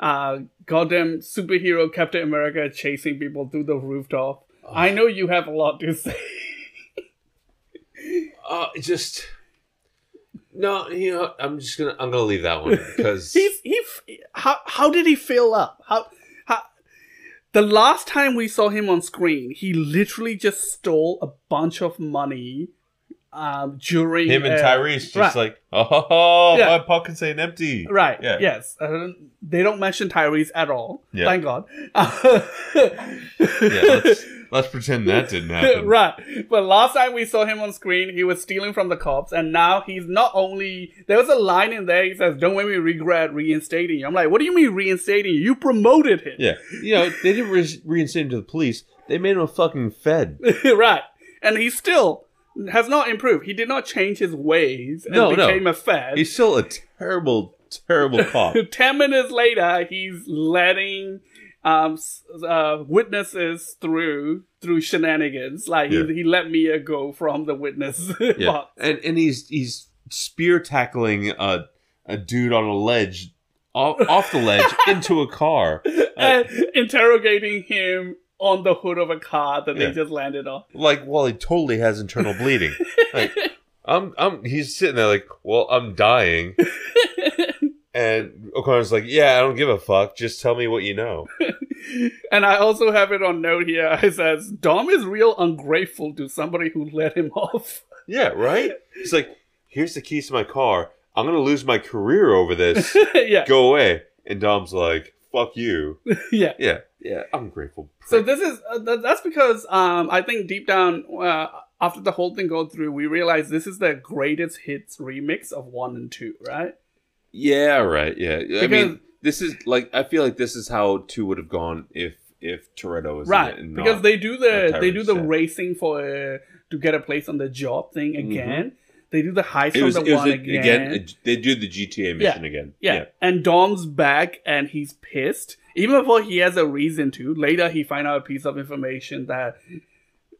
Speaker 1: uh, goddamn superhero Captain America chasing people through the rooftop. I know you have a lot to say.
Speaker 2: uh just no you know i'm just gonna i'm gonna leave that one because
Speaker 1: He's he. f- How how did he fill up? How how? The last time we saw him on screen, he literally just stole a bunch of money. Um, during
Speaker 2: him and
Speaker 1: uh,
Speaker 2: Tyrese just
Speaker 1: right.
Speaker 2: like, oh, ho, ho,
Speaker 1: Yeah.
Speaker 2: my pockets ain't empty.
Speaker 1: Right.
Speaker 2: Yeah.
Speaker 1: Yes. Uh, they don't mention Tyrese at all.
Speaker 2: Yeah.
Speaker 1: Thank God.
Speaker 2: let's- Let's pretend that didn't happen.
Speaker 1: right. But last time we saw him on screen, he was stealing from the cops, and now he's not only. There was a line in there. He says, "Don't make me regret reinstating you." I'm like, "What do you mean reinstating you? You promoted him,
Speaker 2: Yeah. You know, they didn't re- reinstate him to the police. They made him a fucking Fed.
Speaker 1: right?" And he still has not improved. He did not change his ways and
Speaker 2: No, no.
Speaker 1: became a fed.
Speaker 2: He's still a terrible, terrible cop.
Speaker 1: Ten minutes later, he's letting um, s- uh, witnesses through through shenanigans. Like
Speaker 2: Yeah.
Speaker 1: he, he let Mia go from the witness
Speaker 2: Yeah.
Speaker 1: box.
Speaker 2: And and he's he's spear tackling a a dude on a ledge off, off the ledge into a car.
Speaker 1: and interrogating him on the hood of a car that
Speaker 2: Yeah.
Speaker 1: they just landed on.
Speaker 2: like well he totally has internal bleeding like i'm i'm he's sitting there like well i'm dying and o'connor's like yeah i don't give a fuck just tell me what you know
Speaker 1: And I also have it on note here. It says Dom is real ungrateful to somebody who let him off.
Speaker 2: yeah right he's like here's the keys to my car i'm gonna lose my career over this
Speaker 1: yeah,
Speaker 2: go away and dom's like fuck you
Speaker 1: yeah.
Speaker 2: yeah yeah i'm grateful
Speaker 1: So this is uh, th- that's because um, I think deep down uh, after the whole thing go through, we realize this is the greatest hits remix of one and two, right?
Speaker 2: yeah right yeah i
Speaker 1: Because-
Speaker 2: mean this is like i feel like this is how two would have gone if if Toretto was in
Speaker 1: right,
Speaker 2: it and not-
Speaker 1: because they do the
Speaker 2: not
Speaker 1: they do the
Speaker 2: Tyrese, yeah.
Speaker 1: racing for uh, to get a place on the job thing again. They do the heist
Speaker 2: Mm-hmm. it was,
Speaker 1: from
Speaker 2: it
Speaker 1: the
Speaker 2: was
Speaker 1: one
Speaker 2: a-
Speaker 1: again.
Speaker 2: again. a- they do the GTA mission again.
Speaker 1: Yeah. And Dom's back and he's pissed. Even before he has a reason to. Later he find out a piece of information that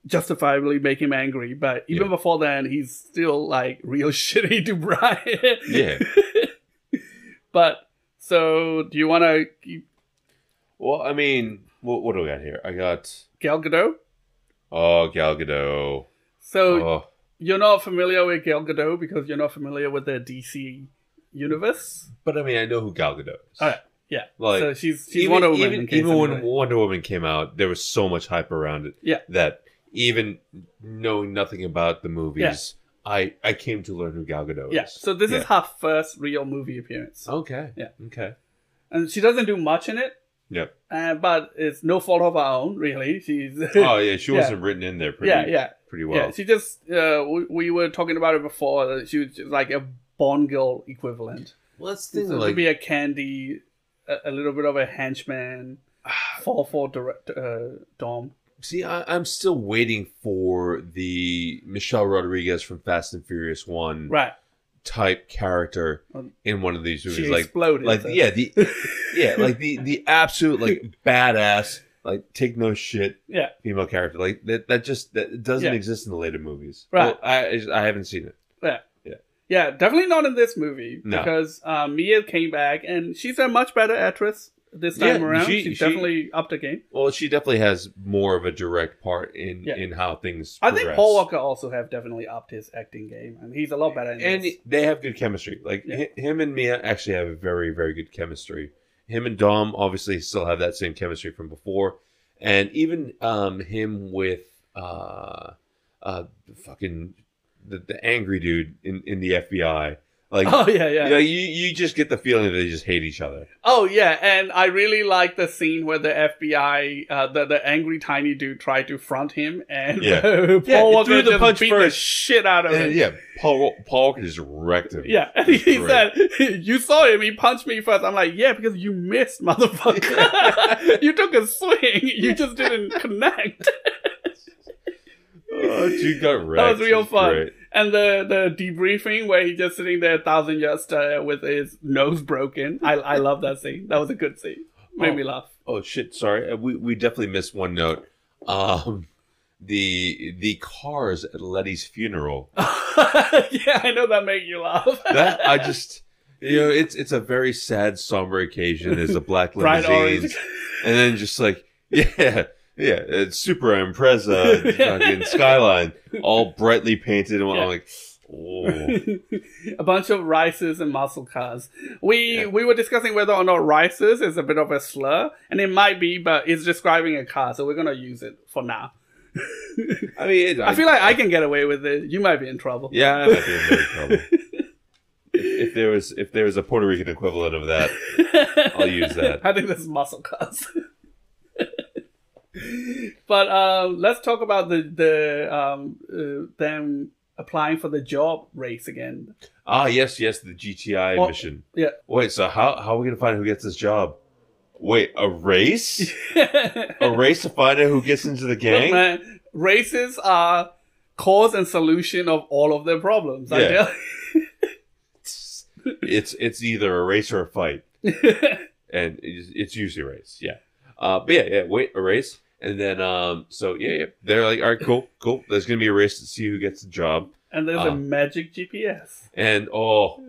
Speaker 1: justifiably make him angry. But even
Speaker 2: Yeah.
Speaker 1: before then, he's still like real shitty to Brian.
Speaker 2: Yeah.
Speaker 1: but so do you wanna
Speaker 2: Well, I mean, what, what do I got here? I got
Speaker 1: Gal Gadot.
Speaker 2: oh Gal Gadot.
Speaker 1: So
Speaker 2: Oh,
Speaker 1: you're not familiar with Gal Gadot because you're not familiar with the DC universe.
Speaker 2: but I mean, I know who Gal Gadot is.
Speaker 1: All right. Yeah.
Speaker 2: Like,
Speaker 1: so she's she's
Speaker 2: even,
Speaker 1: Wonder Woman.
Speaker 2: even,
Speaker 1: in case
Speaker 2: even when
Speaker 1: anybody-
Speaker 2: Wonder Woman came out, there was so much hype around it.
Speaker 1: Yeah.
Speaker 2: That even knowing nothing about the movies, I I came to learn who Gal Gadot
Speaker 1: yeah.
Speaker 2: is.
Speaker 1: So this is
Speaker 2: Yeah.
Speaker 1: her first real movie appearance,
Speaker 2: okay.
Speaker 1: Yeah.
Speaker 2: Okay.
Speaker 1: and she doesn't do much in it.
Speaker 2: Yep.
Speaker 1: Uh, but it's no fault of her own, really. She's
Speaker 2: Oh yeah, she
Speaker 1: Yeah.
Speaker 2: wasn't written in there pretty
Speaker 1: yeah, yeah,
Speaker 2: pretty Oh, well.
Speaker 1: yeah. She just uh, we, we were talking about it before. That she was just like a Bond girl equivalent.
Speaker 2: well, that's the
Speaker 1: So
Speaker 2: thing.
Speaker 1: to
Speaker 2: Like,
Speaker 1: be a candy, a, a little bit of a henchman, fall for direct uh, Dom.
Speaker 2: see, I, I'm still waiting for the Michelle Rodriguez from Fast and Furious One
Speaker 1: Right,
Speaker 2: type character
Speaker 1: Um,
Speaker 2: in one of these movies.
Speaker 1: she
Speaker 2: like,
Speaker 1: exploded.
Speaker 2: like
Speaker 1: so-
Speaker 2: yeah, the yeah, like the the absolute like badass, like take no shit
Speaker 1: yeah.
Speaker 2: female character. Like that, that just that doesn't
Speaker 1: Yeah.
Speaker 2: exist in the later movies.
Speaker 1: Right.
Speaker 2: Well, I I haven't seen it.
Speaker 1: Yeah, definitely not in this movie
Speaker 2: No.
Speaker 1: because um, Mia came back and she's a much better actress this time
Speaker 2: Yeah,
Speaker 1: around.
Speaker 2: she-
Speaker 1: she's
Speaker 2: she-
Speaker 1: definitely upped the game.
Speaker 2: Well, she definitely has more of a direct part in
Speaker 1: Yeah.
Speaker 2: in how things.
Speaker 1: I think
Speaker 2: progress.
Speaker 1: Paul Walker also have definitely upped his acting game, and he's a lot better. In
Speaker 2: and
Speaker 1: this.
Speaker 2: they have good chemistry. Like
Speaker 1: Yeah.
Speaker 2: hi- him and Mia actually have a very very good chemistry. Him and Dom obviously still have that same chemistry from before, and even um him with uh uh fucking the, the angry dude in in the FBI. Like
Speaker 1: oh yeah, yeah,
Speaker 2: you, know, you you just get the feeling that they just hate each other.
Speaker 1: Oh yeah, and I really like the scene where the FBI, uh, the the angry tiny dude, tried to front him, and
Speaker 2: Yeah.
Speaker 1: Paul
Speaker 2: Yeah, he
Speaker 1: Walker
Speaker 2: threw the
Speaker 1: just
Speaker 2: punch
Speaker 1: beat the
Speaker 2: first.
Speaker 1: shit out of
Speaker 2: And
Speaker 1: him.
Speaker 2: yeah, Paul Paul Walker just wrecked him.
Speaker 1: Yeah, and he
Speaker 2: Great.
Speaker 1: said, "You saw him. He punched me first. I'm like, "Yeah, because you missed, motherfucker. you took a swing. You just didn't connect."
Speaker 2: Oh, dude got wrecked.
Speaker 1: was real
Speaker 2: It's
Speaker 1: fun.
Speaker 2: great.
Speaker 1: And the the debriefing where he's just sitting there, a thousand yards stare with his nose broken. I I love that scene. That was a good scene. Made
Speaker 2: Oh.
Speaker 1: me laugh.
Speaker 2: Oh shit! Sorry, Uh, we we definitely missed one note. Um, the the cars at Letty's funeral.
Speaker 1: yeah, I know that made you laugh.
Speaker 2: That I just you know it's it's a very sad, somber occasion. There's a black
Speaker 1: bright
Speaker 2: limousine,
Speaker 1: orange.
Speaker 2: and then just like yeah. Yeah, it's super impresa
Speaker 1: Yeah.
Speaker 2: fucking skyline, all brightly painted, and
Speaker 1: Yeah.
Speaker 2: I'm like, oh,
Speaker 1: a bunch of rices and muscle cars. We
Speaker 2: Yeah.
Speaker 1: we were discussing whether or not rices is a bit of a slur, and it might be, but it's describing a car, so we're gonna use it for now.
Speaker 2: I mean, it,
Speaker 1: I feel like I can get away with it. You might be in trouble.
Speaker 2: yeah, I might be in big trouble. if, if there was if there was a Puerto Rican equivalent of that, I'll use that.
Speaker 1: I think that's muscle cars. but um, let's talk about the the um, uh, them applying for the job race again.
Speaker 2: Ah, yes, yes, the GTI
Speaker 1: Well,
Speaker 2: mission.
Speaker 1: yeah.
Speaker 2: Wait, so how, how are we going to find out who gets this job? Wait, a race? a race to find out who gets into the
Speaker 1: Look,
Speaker 2: gang?
Speaker 1: man, races are cause and solution of all of their problems. I
Speaker 2: Yeah.
Speaker 1: tell-
Speaker 2: It's it's either a race or a fight, and it's, it's usually a race. Yeah. Uh, but yeah, yeah. Wait, a race, and then um, so yeah, yeah. They're like, all right, cool, cool. There's gonna be a race to see who gets the job,
Speaker 1: and there's a
Speaker 2: Uh.
Speaker 1: magic GPS.
Speaker 2: and oh,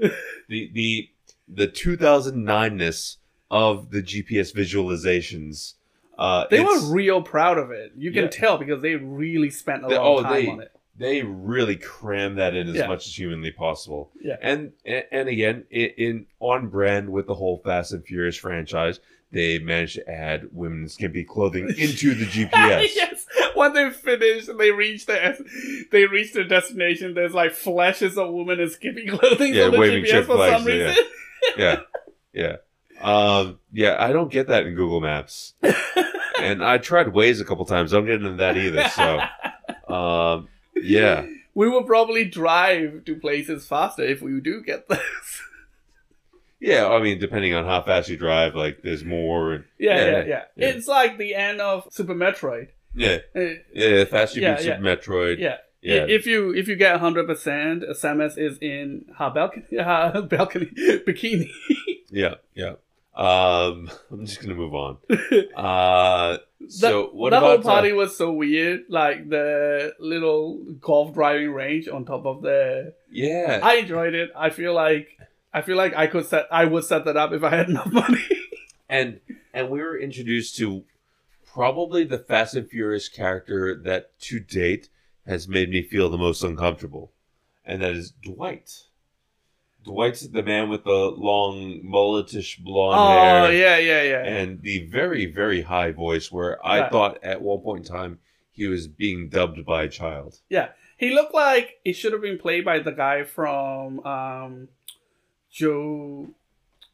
Speaker 2: the the the 2009ness of the GPS visualizations. Uh,
Speaker 1: They
Speaker 2: it's-
Speaker 1: were real proud of it. You can
Speaker 2: Yeah.
Speaker 1: tell because they really spent a
Speaker 2: They-
Speaker 1: lot
Speaker 2: oh,
Speaker 1: of time
Speaker 2: they-
Speaker 1: on it.
Speaker 2: they really cram that in as
Speaker 1: Yeah.
Speaker 2: much as humanly possible.
Speaker 1: Yeah.
Speaker 2: And and, and again, in, in on brand with the whole Fast and Furious franchise, they managed to add women in skimpy clothing into the GPS.
Speaker 1: yes. When they finish, they reach their they reach their destination. There's like flashes of women in skippy clothing
Speaker 2: Yeah,
Speaker 1: on the
Speaker 2: waving
Speaker 1: GPS
Speaker 2: chick
Speaker 1: for some
Speaker 2: flags, yeah.
Speaker 1: reason.
Speaker 2: Yeah. Yeah. Um, yeah, I don't get that in Google Maps. and I tried Waze a couple times. I don't get into that either. So, um, yeah.
Speaker 1: We will probably drive to places faster if we do get this.
Speaker 2: Yeah. I mean, depending on how fast you drive, like there's more. And,
Speaker 1: yeah, yeah, yeah,
Speaker 2: yeah.
Speaker 1: It's like the end of Super Metroid.
Speaker 2: yeah.
Speaker 1: Uh,
Speaker 2: Yeah. The faster you
Speaker 1: Yeah,
Speaker 2: beat
Speaker 1: yeah.
Speaker 2: Super Metroid.
Speaker 1: Yeah.
Speaker 2: Yeah.
Speaker 1: If you if you get hundred percent, Samus is in her balcony, her balcony bikini.
Speaker 2: Yeah, yeah. Um, I'm just gonna move on. Uh, so what
Speaker 1: the
Speaker 2: about
Speaker 1: whole
Speaker 2: uh,
Speaker 1: party was so weird, like the little golf driving range on top of the.
Speaker 2: yeah,
Speaker 1: I enjoyed it. I feel like I feel like I could set I would set that up if I had enough money.
Speaker 2: and and we were introduced to probably the Fast and Furious character that to date has made me feel the most uncomfortable, and that is Dwight. Dwight's the man with the long mulletish blonde hair
Speaker 1: Oh yeah, yeah, yeah.
Speaker 2: and the very very high voice where i
Speaker 1: Right.
Speaker 2: thought at one point in time he was being dubbed by a child
Speaker 1: He looked like he should have been played by the guy from um, Joe.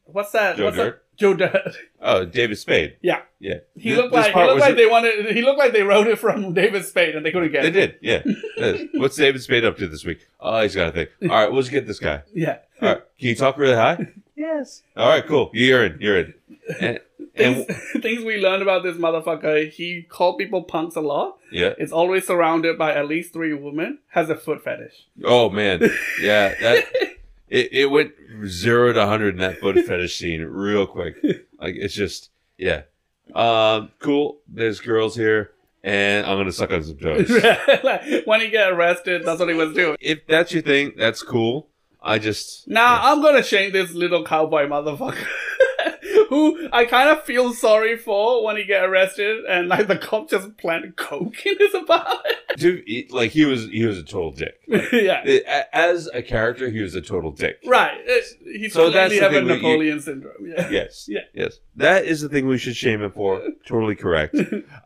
Speaker 1: What's that?
Speaker 2: Joe
Speaker 1: What's
Speaker 2: Dirt?
Speaker 1: That? Joe Dirt.
Speaker 2: oh david spade
Speaker 1: Yeah.
Speaker 2: yeah
Speaker 1: He
Speaker 2: Th-
Speaker 1: looked
Speaker 2: this
Speaker 1: like he
Speaker 2: part
Speaker 1: looked
Speaker 2: was-
Speaker 1: like they wanted. He looked like they wrote it from David Spade and they couldn't get
Speaker 2: they
Speaker 1: it.
Speaker 2: did yeah Yes. what's david spade up to this week oh he's got a thing all right let's get this guy
Speaker 1: Yeah,
Speaker 2: all right can you talk really high
Speaker 1: Yes.
Speaker 2: all right cool you're in you're in and,
Speaker 1: Things,
Speaker 2: and
Speaker 1: things we learned about this motherfucker. He called people punks a lot.
Speaker 2: yeah
Speaker 1: Is always surrounded by at least three women. Has a foot fetish.
Speaker 2: oh man yeah that it, it went zero to 100 in that foot fetish scene real quick like it's just yeah um cool there's girls here and i'm gonna suck on some toes
Speaker 1: Like, when he get arrested, that's what he was doing.
Speaker 2: if that's your thing that's cool i just
Speaker 1: Now I'm gonna shame this little cowboy motherfucker. Who I kind of feel sorry for when he get arrested, and like the cop just planted coke in his apartment.
Speaker 2: dude he- like he was he was a total dick
Speaker 1: yeah,
Speaker 2: A- as a character he was a total dick
Speaker 1: right. It- He
Speaker 2: So
Speaker 1: so
Speaker 2: that's
Speaker 1: clearly
Speaker 2: the
Speaker 1: have a
Speaker 2: thing where you-
Speaker 1: Napoleon syndrome. Yeah.
Speaker 2: yes
Speaker 1: Yeah.
Speaker 2: yes that is the thing we should shame him for totally correct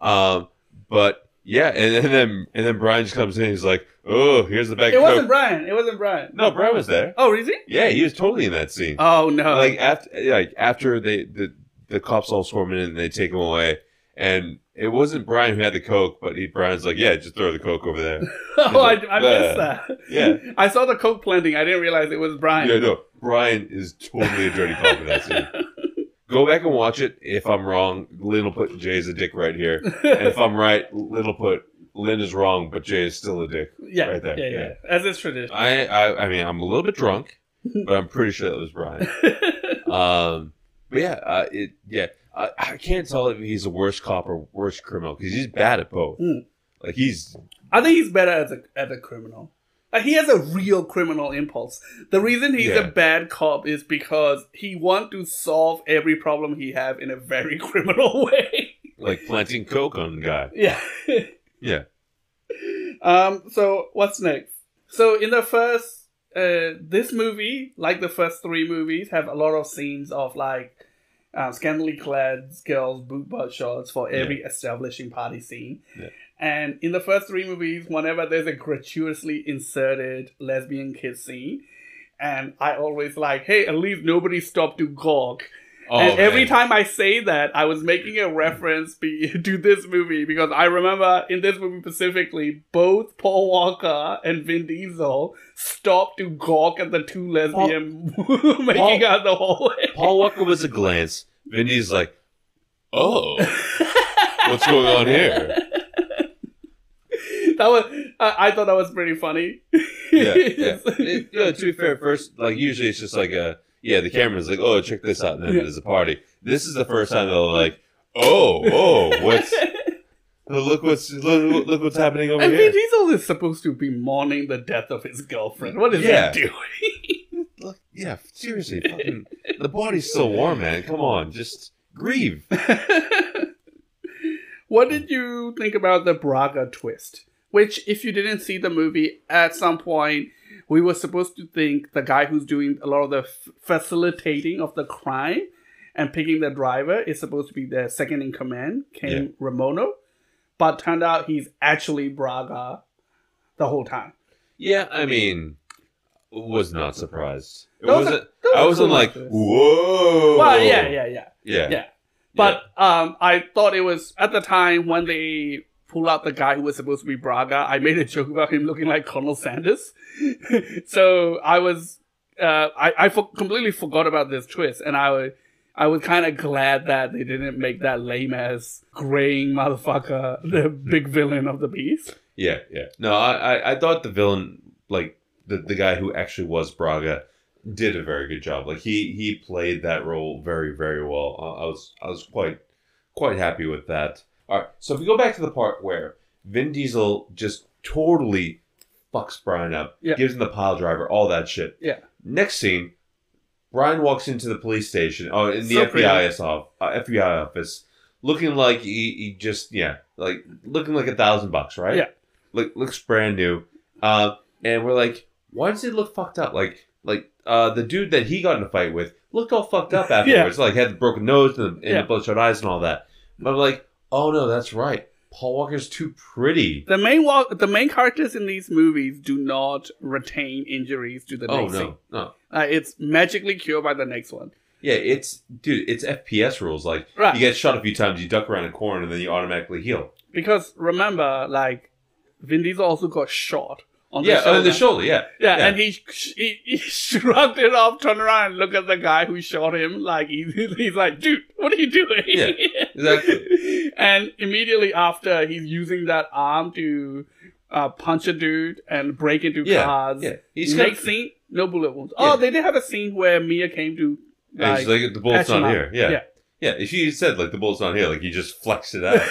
Speaker 2: um but yeah and, and then and then brian just comes in he's like oh here's the bag
Speaker 1: It
Speaker 2: of
Speaker 1: wasn't
Speaker 2: coke
Speaker 1: Brian. It wasn't Brian.
Speaker 2: no brian was there
Speaker 1: Oh, is he?
Speaker 2: Yeah, he was totally in that scene.
Speaker 1: Oh no.
Speaker 2: like after, like after they the the cops all swarm in and they take him away, and it wasn't Brian who had the coke, but he Brian's like, yeah, just throw the coke over there.
Speaker 1: oh, I, I
Speaker 2: Yeah.
Speaker 1: missed that.
Speaker 2: Yeah.
Speaker 1: I saw the coke planting. I didn't realize it was Brian.
Speaker 2: yeah, no, Brian is totally a dirty cop in that scene. Go back and watch it. If I'm wrong, Lynn will put Jay's a dick right here. And if I'm right, Lynn will put Lynn is wrong, but Jay is still a dick.
Speaker 1: yeah,
Speaker 2: right there,
Speaker 1: yeah, yeah, As is tradition.
Speaker 2: I, I, I mean, I'm a little bit drunk, but I'm pretty sure that was Brian. Um, but yeah, uh, it yeah, I, I can't tell if he's a worse cop or worse criminal because he's bad at both.
Speaker 1: Mm.
Speaker 2: Like he's
Speaker 1: I think he's better as a as a criminal. Like he has a real criminal impulse. The reason he's
Speaker 2: Yeah.
Speaker 1: a bad cop is because he wants to solve every problem he have in a very criminal way.
Speaker 2: like planting coke on the guy.
Speaker 1: yeah.
Speaker 2: Yeah.
Speaker 1: Um. So what's next? So in the first, uh, this movie, like the first three movies, have a lot of scenes of like. Um, scantily clad girls boot butt shots for every establishing party scene.
Speaker 2: Yeah.
Speaker 1: And in the first three movies, whenever there's a gratuitously inserted lesbian kiss scene, and I always like, hey, at least nobody stopped to gawk
Speaker 2: Oh,
Speaker 1: and every
Speaker 2: man.
Speaker 1: time I say that, I was making a reference be- to this movie because I remember in this movie specifically, both Paul Walker and Vin Diesel stopped to gawk at the two lesbian making
Speaker 2: Paul-
Speaker 1: out the whole way.
Speaker 2: Paul Walker was a glance. Vinny's like, oh, what's going on here?
Speaker 1: That was I, I thought that was pretty funny.
Speaker 2: Yeah, yeah. It- yeah, to be fair, first like usually it's just like a yeah. The camera's like, oh, check this out, and then
Speaker 1: Yeah.
Speaker 2: there's a party. This is the first time they're like, oh, oh, what's look what's look, look what's happening over
Speaker 1: And
Speaker 2: here.
Speaker 1: Vin Diesel is supposed to be mourning the death of his girlfriend. What is
Speaker 2: Yeah.
Speaker 1: he doing?
Speaker 2: Look, yeah, seriously, fucking, the body's still warm, man. Come on, just grieve.
Speaker 1: what did you think about the Braga twist? Which, if you didn't see the movie, at some point we were supposed to think the guy who's doing a lot of the f- facilitating of the crime and picking the driver is supposed to be the second in command, King Ramono, but turned out he's actually Braga the whole time.
Speaker 2: Yeah, I mean, was not surprised. It
Speaker 1: That was a-
Speaker 2: wasn't.
Speaker 1: that
Speaker 2: I
Speaker 1: was
Speaker 2: wasn't
Speaker 1: cool
Speaker 2: like,
Speaker 1: twist.
Speaker 2: whoa.
Speaker 1: Well, yeah, yeah, yeah.
Speaker 2: yeah,
Speaker 1: yeah. But um, I thought it was at the time when they pull out the guy who was supposed to be Braga. I made a joke about him looking like Colonel Sanders. so I was, uh, I, I for- completely forgot about this twist, and I was, I was kind of glad that they didn't make that lame ass graying motherfucker the big villain of the piece.
Speaker 2: yeah, yeah. No, I, I, I thought the villain, like the the guy who actually was Braga, did a very good job. Like he he played that role very very well. I, I was I was quite quite happy with that. All right, so if we go back to the part where Vin Diesel just totally fucks Brian up,
Speaker 1: Yeah.
Speaker 2: gives him the pile driver, all that shit.
Speaker 1: Yeah.
Speaker 2: Next scene, Brian walks into the police station, oh, in the
Speaker 1: So
Speaker 2: FBI, off, uh, FBI office, looking like he, he just, yeah, like looking like a thousand bucks, right?
Speaker 1: Yeah.
Speaker 2: Look, looks brand new. Uh, and we're like, why does it look fucked up? Like, like uh, the dude that he got in a fight with looked all fucked up afterwards. Like, had the broken nose and, the, and
Speaker 1: Yeah.
Speaker 2: the bloodshot eyes and all that. But I'm like, oh no, that's right. Paul Walker's too pretty.
Speaker 1: The main wa- the main characters in these movies do not retain injuries to the
Speaker 2: oh
Speaker 1: next scene.
Speaker 2: no, no.
Speaker 1: Uh, it's magically cured by the next one.
Speaker 2: Yeah, it's dude, it's FPS rules. Like
Speaker 1: Right.
Speaker 2: you get shot a few times, you duck around a corner, and then you automatically heal.
Speaker 1: Because remember, like Vin Diesel also got shot on
Speaker 2: yeah,
Speaker 1: the shoulder.
Speaker 2: on the shoulder. Yeah,
Speaker 1: yeah,
Speaker 2: yeah.
Speaker 1: and he, sh- he he shrugged it off, turned around, and looked at the guy who shot him. Like he, he's like, dude, what are you doing?
Speaker 2: Yeah, exactly.
Speaker 1: and immediately after, he's using that arm to uh, punch a dude and break into
Speaker 2: Yeah,
Speaker 1: cars.
Speaker 2: yeah. He's got,
Speaker 1: Next scene, no bullet wounds.
Speaker 2: Yeah.
Speaker 1: Oh, they did have a scene where Mia came to
Speaker 2: and
Speaker 1: like,
Speaker 2: she's like, the bullet's
Speaker 1: patch him
Speaker 2: not
Speaker 1: up.
Speaker 2: here. Yeah. yeah, If she said like the bullet's not here, like you just flex it out.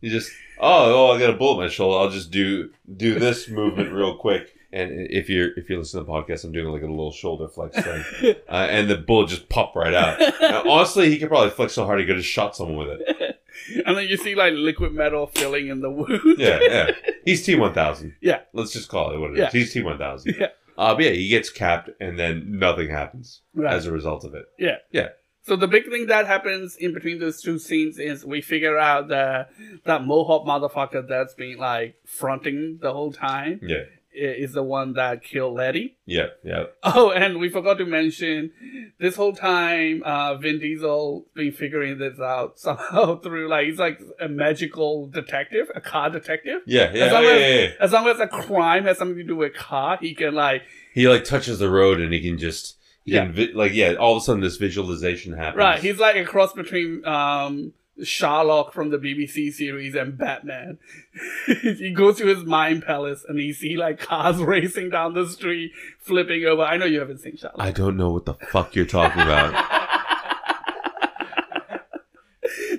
Speaker 2: you just oh oh, I got a bullet in my shoulder. I'll just do do this movement real quick. And if you're if you listen to the podcast, I'm doing like a little shoulder flex thing, uh, and the bullet just popped right out. Now, honestly, he could probably flex so hard he could have shot someone with it.
Speaker 1: and then you see like liquid metal filling in the wound.
Speaker 2: yeah, yeah. He's T one thousand.
Speaker 1: Yeah.
Speaker 2: Let's just call it what it is.
Speaker 1: Yeah.
Speaker 2: He's T one thousand.
Speaker 1: Yeah.
Speaker 2: Uh, but yeah, he gets capped, and then nothing happens
Speaker 1: Right.
Speaker 2: as a result of it.
Speaker 1: So the big thing that happens in between those two scenes is we figure out that that Mohawk motherfucker that's been like fronting the whole time
Speaker 2: Yeah,
Speaker 1: i- is the one that killed Letty.
Speaker 2: yeah, yeah.
Speaker 1: Oh, and we forgot to mention this whole time uh, Vin Diesel been figuring this out somehow through like he's like a magical detective, a car detective.
Speaker 2: Yeah, yeah,
Speaker 1: As
Speaker 2: oh,
Speaker 1: long
Speaker 2: yeah,
Speaker 1: as-
Speaker 2: yeah, yeah.
Speaker 1: As long as a crime has something to do with car, he can like
Speaker 2: He like touches the road, and he can just he
Speaker 1: Yeah.
Speaker 2: can vi- like yeah. All of a sudden, this visualization happens.
Speaker 1: Right, he's like a cross between um, Sherlock from the BBC series and Batman. he goes to his mind palace and he see like cars racing down the street, flipping over. I know you haven't seen Sherlock.
Speaker 2: I don't know what the fuck you're talking about.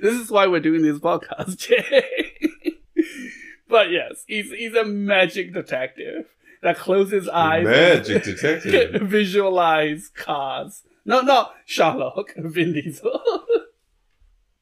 Speaker 1: this is why we're doing this podcast, Jay. but yes, he's he's a magic detective that closes eyes,
Speaker 2: Magic detective.
Speaker 1: visualize cars. No, no, Sherlock, Vin Diesel.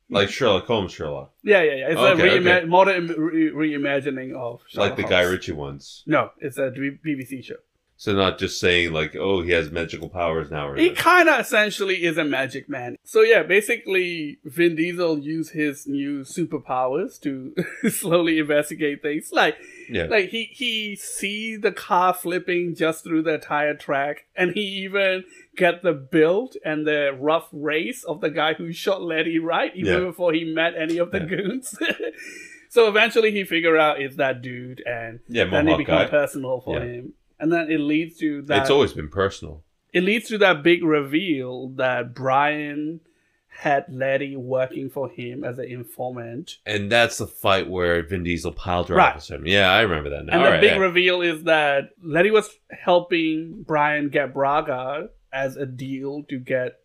Speaker 2: like Sherlock Holmes, Sherlock,
Speaker 1: Yeah, yeah, yeah. It's
Speaker 2: Okay,
Speaker 1: a reima-
Speaker 2: okay.
Speaker 1: modern re- reimagining of Sherlock
Speaker 2: like the Guy
Speaker 1: Holmes.
Speaker 2: Ritchie ones.
Speaker 1: No, it's a B- BBC show.
Speaker 2: So not just saying like, oh, he has magical powers now. Or
Speaker 1: He kind of essentially is a magic man. So yeah, basically, Vin Diesel used his new superpowers to slowly investigate things. Like,
Speaker 2: Yeah.
Speaker 1: like he he see the car flipping just through the tire track, and he even get the build and the rough race of the guy who shot Letty right, even
Speaker 2: Yeah.
Speaker 1: before he met any of the
Speaker 2: Yeah.
Speaker 1: goons. so eventually, he figure out it's that dude, and
Speaker 2: yeah,
Speaker 1: then it
Speaker 2: Mohawk
Speaker 1: become
Speaker 2: guy.
Speaker 1: personal for
Speaker 2: Yeah.
Speaker 1: him. And then it leads to that
Speaker 2: It's always been personal.
Speaker 1: it leads to that big reveal that Brian had Letty working for him as an informant.
Speaker 2: And that's the fight where Vin Diesel pile
Speaker 1: Right.
Speaker 2: drives him. Yeah, I remember that now.
Speaker 1: And
Speaker 2: All
Speaker 1: the
Speaker 2: right,
Speaker 1: big
Speaker 2: yeah.
Speaker 1: reveal is that Letty was helping Brian get Braga as a deal to get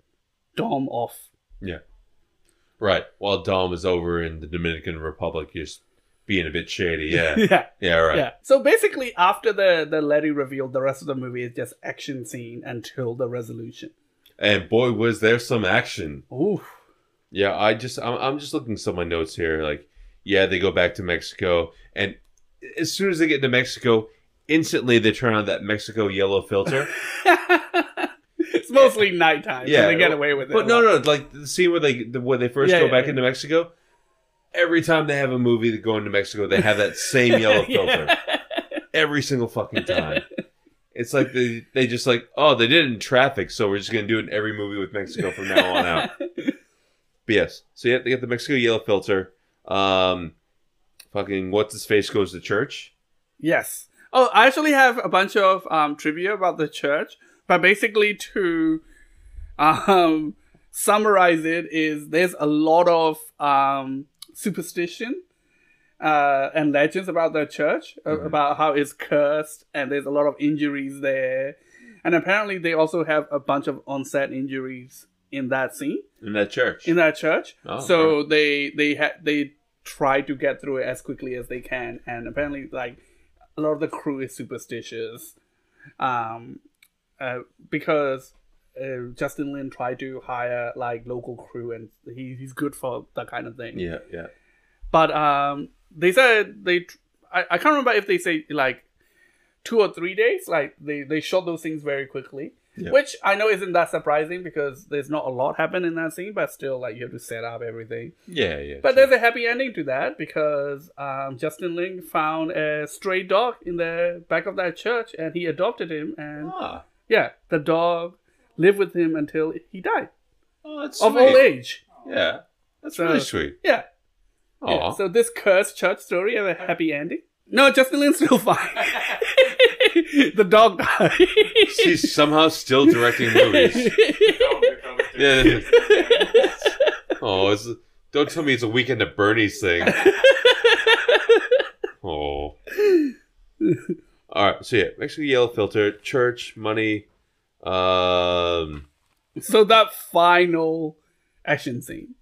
Speaker 1: Dom off.
Speaker 2: right. While Dom is over in the Dominican Republic, just being a bit shady. Yeah.
Speaker 1: yeah.
Speaker 2: yeah, all right.
Speaker 1: Yeah. So basically after the, the Letty reveal, the rest of the movie is just action scene until the resolution.
Speaker 2: And boy, was there some action.
Speaker 1: Ooh.
Speaker 2: Yeah, I just, I'm, I'm just looking at some of my notes here. Like, yeah, they go back to Mexico. And as soon as they get into Mexico, instantly they turn on that Mexico yellow filter.
Speaker 1: it's mostly nighttime, yeah,
Speaker 2: Yeah.
Speaker 1: so they get away with it.
Speaker 2: But no, no, like the scene where they the, where they first
Speaker 1: Yeah,
Speaker 2: go
Speaker 1: yeah,
Speaker 2: back
Speaker 1: yeah.
Speaker 2: into Mexico. Every time they have a movie that go into Mexico, they have that same yellow filter every single fucking time. It's like they they just like oh they did it in traffic, so we're just gonna do it in every movie with Mexico from now on out. But yes, so yeah, they got the Mexico yellow filter. Um, fucking what's his face goes to church.
Speaker 1: Yes. Oh, I actually have a bunch of um, trivia about the church, but basically to um, summarize it is there's a lot of um, superstition uh, and legends about the church a-
Speaker 2: Mhm.
Speaker 1: about how it's cursed and there's a lot of injuries there, and apparently they also have a bunch of onset injuries in that scene
Speaker 2: In that church.
Speaker 1: in that church.
Speaker 2: Oh,
Speaker 1: so they they ha- they try to get through it as quickly as they can, and apparently, like a lot of the crew is superstitious, um, uh, because uh, Justin Lin tried to hire like local crew, and he, he's good for that kind of thing.
Speaker 2: Yeah, yeah.
Speaker 1: But um, they said they I, I can't remember if they say like two or three days. Like they they shot those things very quickly,
Speaker 2: Yeah.
Speaker 1: which I know isn't that surprising because there's not a lot happened in that scene. But still, like you have to set up everything.
Speaker 2: Yeah, yeah.
Speaker 1: But
Speaker 2: true.
Speaker 1: there's a happy ending to that because um, Justin Ling found a stray dog in the back of that church and he adopted him. And
Speaker 2: ah,
Speaker 1: yeah, the dog lived with him until he died
Speaker 2: oh, that's
Speaker 1: of
Speaker 2: sweet.
Speaker 1: old age.
Speaker 2: Yeah, that's
Speaker 1: So-
Speaker 2: really sweet.
Speaker 1: Yeah.
Speaker 2: Oh,
Speaker 1: yeah. So this cursed church story has a happy ending. No, Justin Lin's still fine. the dog died.
Speaker 2: she's somehow still directing movies. Yeah. Oh, it's, don't tell me it's a weekend at Bernie's thing. Oh. All right. So yeah, Mexican yellow filter, church, money. Um.
Speaker 1: so that final action scene.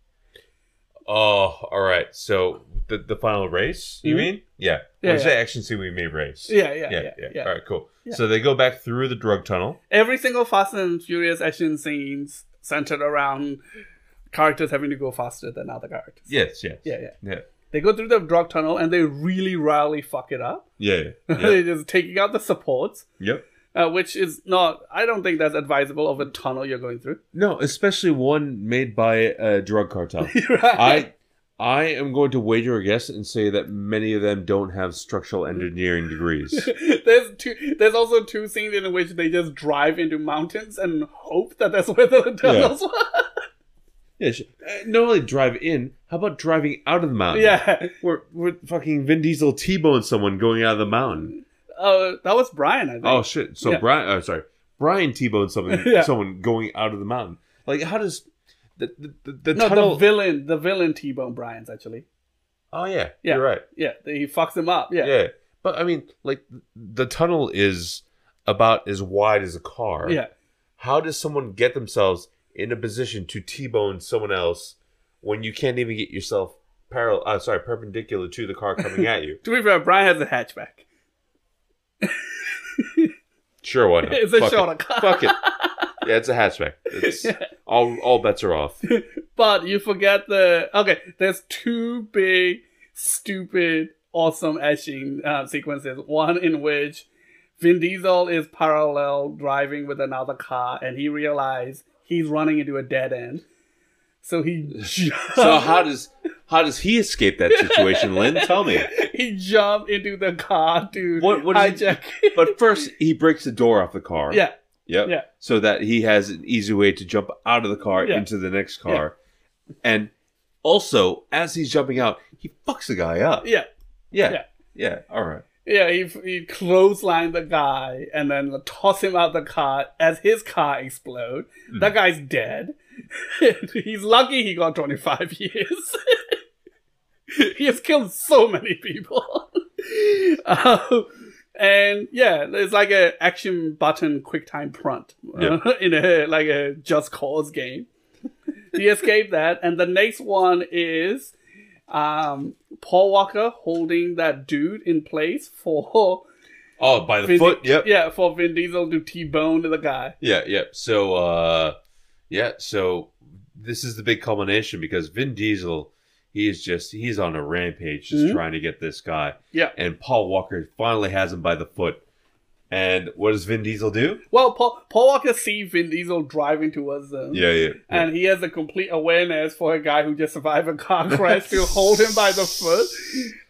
Speaker 2: Oh, all right. So the the final race. You
Speaker 1: Mhm.
Speaker 2: mean? Yeah.
Speaker 1: Yeah,
Speaker 2: when we
Speaker 1: yeah.
Speaker 2: say action scene, we mean race.
Speaker 1: Yeah, yeah, yeah, yeah.
Speaker 2: All right. Cool.
Speaker 1: Yeah.
Speaker 2: So they go back through the drug tunnel.
Speaker 1: every single Fast and Furious action scenes centered around characters having to go faster than other characters.
Speaker 2: Yes. Yes.
Speaker 1: Yeah, yeah.
Speaker 2: Yeah.
Speaker 1: They go through the drug tunnel and they really rarely fuck it up.
Speaker 2: Yeah. yeah.
Speaker 1: They're just taking out the supports,
Speaker 2: yep.
Speaker 1: uh, which is not, I don't think that's advisable of a tunnel you're going through.
Speaker 2: No, especially one made by a drug cartel.
Speaker 1: right.
Speaker 2: I I am going to wager a guess and say that many of them don't have structural engineering degrees.
Speaker 1: there's two. There's also two scenes in which they just drive into mountains and hope that that's where the tunnels
Speaker 2: yeah, sh- uh, not only drive in, how about driving out of the
Speaker 1: were.
Speaker 2: mountain?
Speaker 1: Yeah.
Speaker 2: We're, we're fucking Vin Diesel T-boned someone going out of the mountain.
Speaker 1: Uh, that was Brian, I think.
Speaker 2: Oh shit! So
Speaker 1: Yeah.
Speaker 2: Brian, oh, sorry, Brian T-boned something,
Speaker 1: Yeah.
Speaker 2: someone going out of the mountain. Like how does the the, the, the
Speaker 1: no,
Speaker 2: tunnel?
Speaker 1: the villain, the villain T-Bone Brian's actually.
Speaker 2: oh yeah,
Speaker 1: Yeah.
Speaker 2: you're right.
Speaker 1: Yeah, he fucks him up. Yeah.
Speaker 2: yeah, but I mean, like the tunnel is about as wide as a car.
Speaker 1: Yeah.
Speaker 2: how does someone get themselves in a position to t-bone someone else when you can't even get yourself parallel uh, sorry perpendicular to the car coming at you
Speaker 1: To be fair, Brian has a hatchback.
Speaker 2: sure why not
Speaker 1: It's a
Speaker 2: Fuck
Speaker 1: shorter
Speaker 2: it.
Speaker 1: car.
Speaker 2: fuck it yeah it's a hatchback it's, all, all bets are off
Speaker 1: But you forget the okay. There's two big, stupid, awesome etching uh, sequences. One in which Vin Diesel is parallel driving with another car, and he realizes he's running into a dead end. So he jumps,
Speaker 2: so how does how does he escape that situation lynn tell me
Speaker 1: he jumped into the car to
Speaker 2: What- what is it-
Speaker 1: hijack. it.
Speaker 2: but first he breaks the door off the car
Speaker 1: yeah,
Speaker 2: Yep.
Speaker 1: Yeah.
Speaker 2: So that he has an easy way to jump out of the car
Speaker 1: Yeah.
Speaker 2: into the next car. And also, as he's jumping out, he fucks the guy up.
Speaker 1: yeah.
Speaker 2: Yeah.
Speaker 1: Yeah.
Speaker 2: Yeah. All right.
Speaker 1: Yeah, he, he clotheslined the guy and then toss him out the car as his car explode. That guy's dead. He's lucky he got 25 years. he has killed so many people. Um, and yeah, it's like a action button QuickTime prompt uh, in a like a Just Cause game. he escaped that, and the next one is um, Paul Walker holding that dude in place for
Speaker 2: Oh, by the
Speaker 1: Vin-
Speaker 2: foot. Yep. Yeah.
Speaker 1: yeah for Vin Diesel to T-bone the guy.
Speaker 2: yeah. So, uh, yeah. So this is the big culmination because Vin Diesel, he is just, he's on a rampage just
Speaker 1: Mhm.
Speaker 2: trying to get this guy.
Speaker 1: Yeah.
Speaker 2: And Paul Walker finally has him by the foot. And what does Vin Diesel do?
Speaker 1: Well, Paul, Paul Walker sees Vin Diesel driving towards them.
Speaker 2: Yeah. Yeah. yeah.
Speaker 1: And he has a complete awareness for a guy who just survived a car crash to hold him by the foot.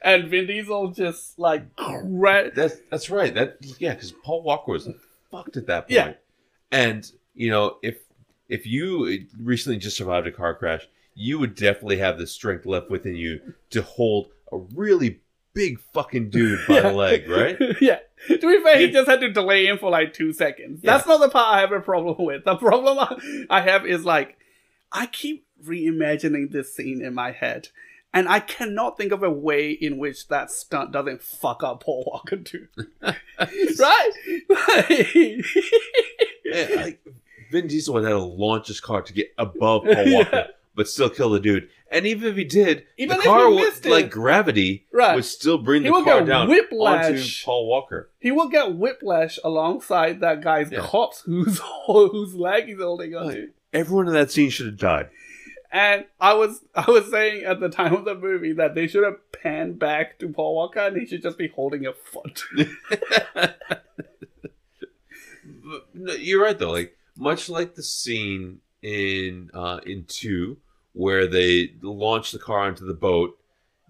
Speaker 1: And Vin Diesel just like cra-
Speaker 2: That's that's right. That yeah, because Paul Walker was fucked at that point.
Speaker 1: Yeah.
Speaker 2: And you know, if if you recently just survived a car crash, you would definitely have the strength left within you to hold a really big fucking dude by
Speaker 1: Yeah.
Speaker 2: the leg, right?
Speaker 1: yeah. To be fair, he
Speaker 2: Yeah.
Speaker 1: just had to delay him for like two seconds.
Speaker 2: Yeah.
Speaker 1: That's not the part I have a problem with. The problem I- I have is like, I keep reimagining this scene in my head, and I cannot think of a way in which that stunt doesn't fuck up Paul Walker too. right? Like-
Speaker 2: Yeah, like, Vin Diesel would have had to launch his car to get above Paul Walker.
Speaker 1: Yeah.
Speaker 2: but still kill the dude. And even if he did,
Speaker 1: Even
Speaker 2: the
Speaker 1: if
Speaker 2: car
Speaker 1: he
Speaker 2: would,
Speaker 1: missed it.
Speaker 2: like gravity,
Speaker 1: Right.
Speaker 2: would still bring
Speaker 1: He
Speaker 2: the
Speaker 1: would
Speaker 2: car
Speaker 1: get
Speaker 2: down
Speaker 1: whiplash.
Speaker 2: onto Paul Walker.
Speaker 1: He will get whiplash alongside that guy's
Speaker 2: Yeah.
Speaker 1: corpse whose whose leg he's holding on to.
Speaker 2: Everyone in that scene should have died.
Speaker 1: And I was I was saying at the time of the movie that they should have panned back to Paul Walker and he should just be holding a foot.
Speaker 2: But, no, you're right though. Like much like the scene in uh, in two where they launch the car onto the boat,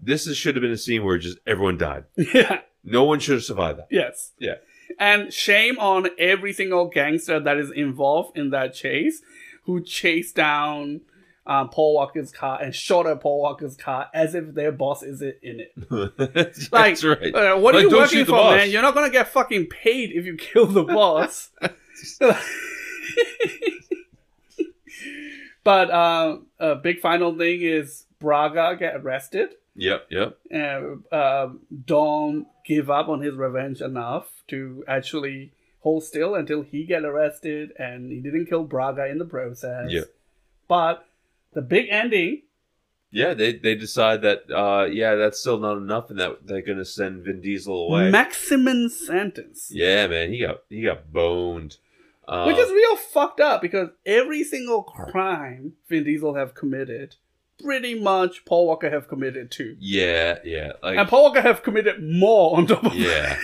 Speaker 2: this is, should have been a scene where just everyone died.
Speaker 1: yeah.
Speaker 2: No one should have survived that.
Speaker 1: Yes.
Speaker 2: Yeah.
Speaker 1: And shame on every single gangster that is involved in that chase, who chased down um, Paul Walker's car and shot at Paul Walker's car as if their boss is in it.
Speaker 2: That's
Speaker 1: Like,
Speaker 2: right.
Speaker 1: Uh, what
Speaker 2: Like,
Speaker 1: are you
Speaker 2: don't shoot
Speaker 1: working
Speaker 2: the
Speaker 1: for,
Speaker 2: boss.
Speaker 1: man? You're not gonna get fucking paid if you kill the boss. but um, a big final thing is Braga get arrested
Speaker 2: Yep, yep.
Speaker 1: and um Dom give up on his revenge enough to actually hold still until he get arrested, and he didn't kill Braga in the process.
Speaker 2: Yeah.
Speaker 1: But the big ending,
Speaker 2: Yeah, they they decide that uh yeah, that's still not enough and that they're gonna send Vin Diesel away.
Speaker 1: maximum sentence,
Speaker 2: yeah, man, he got he got boned. Uh,
Speaker 1: which is real fucked up because every single crime Vin Diesel have committed, pretty much Paul Walker have committed too,
Speaker 2: Yeah, yeah. Like
Speaker 1: and Paul Walker have committed more on top of
Speaker 2: Yeah.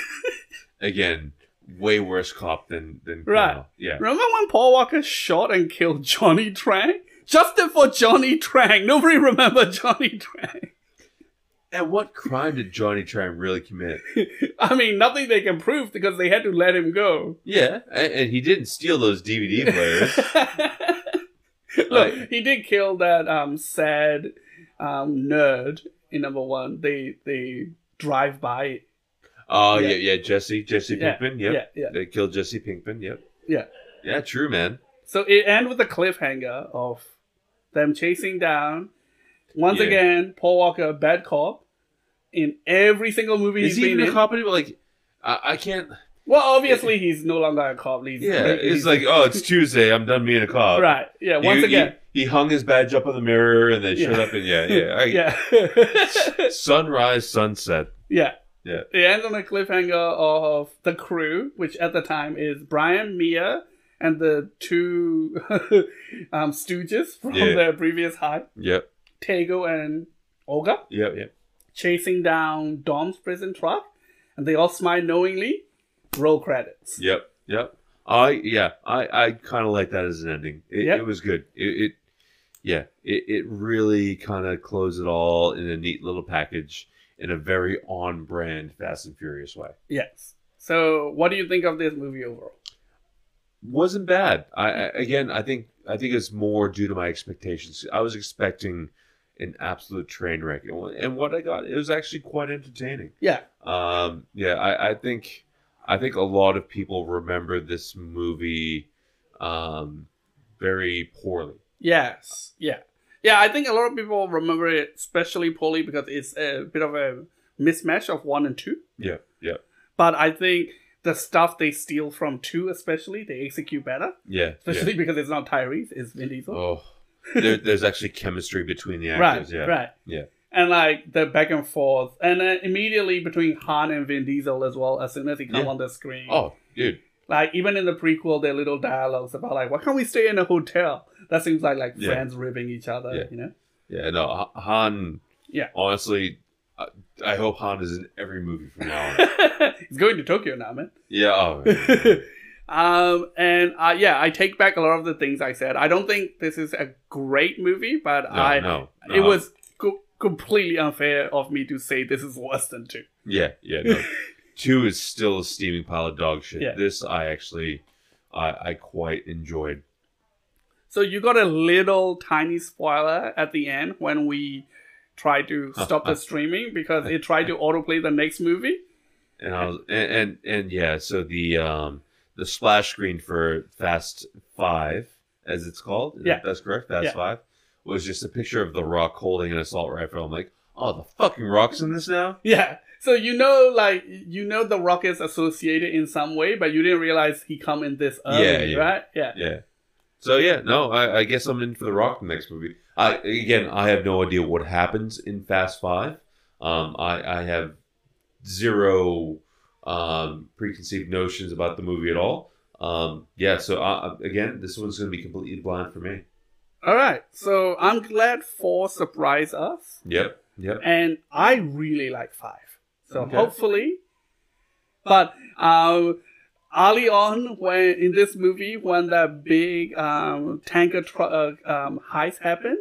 Speaker 2: Again, way worse cop than than
Speaker 1: Right.
Speaker 2: criminal. Yeah.
Speaker 1: Remember when Paul Walker shot and killed Johnny Trang? Justin for Johnny Trang. Nobody remember Johnny Trang.
Speaker 2: And what crime did Johnny Tran really commit?
Speaker 1: I mean, nothing they can prove because they had to let him go.
Speaker 2: Yeah, and, and he didn't steal those DVD players.
Speaker 1: Look,
Speaker 2: Like-
Speaker 1: he did kill that um sad um nerd in number one. They they drive by.
Speaker 2: Oh
Speaker 1: Yeah.
Speaker 2: yeah, yeah, Jesse, Jesse
Speaker 1: Yeah,
Speaker 2: Pinkman. Yep.
Speaker 1: Yeah, yeah.
Speaker 2: They killed Jesse Pinkman. Yep.
Speaker 1: Yeah.
Speaker 2: Yeah, true, man.
Speaker 1: So it end with a cliffhanger of them chasing down. Once
Speaker 2: Yeah.
Speaker 1: again, Paul Walker, bad cop. In every single movie he's
Speaker 2: Is he
Speaker 1: been
Speaker 2: even a
Speaker 1: in.
Speaker 2: cop anymore? Like, I, I can't.
Speaker 1: Well, obviously he's no longer a cop. He's,
Speaker 2: Yeah,
Speaker 1: he's-
Speaker 2: it's like, uh, oh, it's Tuesday. I'm done being a cop.
Speaker 1: right. Yeah,
Speaker 2: He-
Speaker 1: once
Speaker 2: he-
Speaker 1: again,
Speaker 2: he, hung his badge up on the mirror and then
Speaker 1: Yeah.
Speaker 2: showed up. And yeah, yeah, I,
Speaker 1: yeah,
Speaker 2: Sunrise, sunset.
Speaker 1: yeah,
Speaker 2: Yeah.
Speaker 1: It ends on a cliffhanger of the crew, which at the time is Brian, Mia, and the two um, Stooges from
Speaker 2: Yeah.
Speaker 1: their previous high,
Speaker 2: Yep,
Speaker 1: Tego and Olga,
Speaker 2: yep, yep.
Speaker 1: chasing down Dom's prison truck, and they all smile knowingly. Roll credits.
Speaker 2: Yep. Yep. I yeah. I I kind of like that as an ending. It,
Speaker 1: Yep.
Speaker 2: it was good. It, it yeah. It it really kind of closed it all in a neat little package in a very on brand Fast and Furious way.
Speaker 1: Yes. So, what do you think of this movie overall?
Speaker 2: Wasn't bad. I, I again. I think I think it's more due to my expectations. I was expecting an absolute train wreck, and what- and what I got, it was actually quite entertaining.
Speaker 1: Yeah.
Speaker 2: Um, yeah, I, I think I think a lot of people remember this movie um, very poorly.
Speaker 1: Yes. Yeah. Yeah, I think a lot of people remember it especially poorly because it's a bit of a mismatch of one and two.
Speaker 2: Yeah, yeah,
Speaker 1: But I think the stuff they steal from two, especially, they execute better.
Speaker 2: yeah.
Speaker 1: Especially because it's not Tyrese, it's Vin
Speaker 2: yeah.
Speaker 1: Diesel.
Speaker 2: Oh, there, there's actually chemistry between the
Speaker 1: right,
Speaker 2: actors. yeah,
Speaker 1: right.
Speaker 2: Yeah.
Speaker 1: And like the back and forth, and uh, immediately between Han and Vin Diesel as well, as soon as he come
Speaker 2: Yeah.
Speaker 1: on the screen.
Speaker 2: Oh, dude.
Speaker 1: Like even in the prequel, their little dialogues about like, why can't we stay in a hotel? That seems like like
Speaker 2: Yeah.
Speaker 1: friends ribbing each other,
Speaker 2: Yeah.
Speaker 1: you know?
Speaker 2: Yeah, no. Ha- Han.
Speaker 1: Yeah.
Speaker 2: Honestly, I, I hope Han is in every movie from now on.
Speaker 1: He's going to Tokyo now, man.
Speaker 2: yeah. Oh,
Speaker 1: um, and uh, yeah, I take back a lot of the things I said. I don't think this is a great movie, but
Speaker 2: no,
Speaker 1: I
Speaker 2: no, no.
Speaker 1: it was co- completely unfair of me to say this is worse than two.
Speaker 2: Um, Yeah, yeah. No. Two is still a steaming pile of dog shit.
Speaker 1: Yeah.
Speaker 2: This I actually, I, I quite enjoyed.
Speaker 1: So you got a little tiny spoiler at the end when we try to stop the streaming because it tried to autoplay the next movie.
Speaker 2: and I was and, and and yeah, so the um the splash screen for Fast Five, as it's called,
Speaker 1: Yeah.
Speaker 2: that's correct, Fast
Speaker 1: Yeah.
Speaker 2: Five, was just a picture of the Rock holding an assault rifle. I'm like, oh, the fucking Rock's in this now.
Speaker 1: Yeah. So you know, like you know, the Rock is associated in some way, but you didn't realize he come in this early,
Speaker 2: Yeah, yeah.
Speaker 1: right? Yeah.
Speaker 2: Yeah. So yeah, no, I, I guess I'm in for the Rock in the next movie. I again, I have no idea what happens in Fast Five. Um, I I have zero um, preconceived notions about the movie at all. Um, yeah, so uh, again, this one's going to be completely blind for me.
Speaker 1: All right. So I'm glad four surprised us,
Speaker 2: Yep, yep.
Speaker 1: and I really like five. So
Speaker 2: Okay.
Speaker 1: hopefully, but um, early on, when in this movie, when that big um, tanker tr- uh, um, heist happened,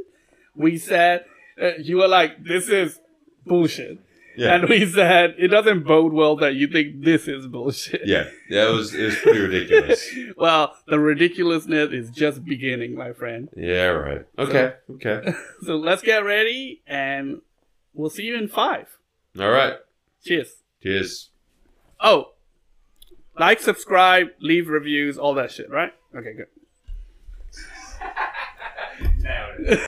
Speaker 1: we said uh, you were like, "This is bullshit,"
Speaker 2: Yeah,
Speaker 1: and we said it doesn't bode well that you think this is bullshit.
Speaker 2: yeah. That was it was pretty ridiculous.
Speaker 1: well, the ridiculousness is just beginning, my friend.
Speaker 2: Yeah, right. Okay, okay.
Speaker 1: So let's get ready and we'll see you in five.
Speaker 2: All right.
Speaker 1: Cheers.
Speaker 2: Cheers.
Speaker 1: Oh, like, subscribe, leave reviews, all that shit, right? Okay, good.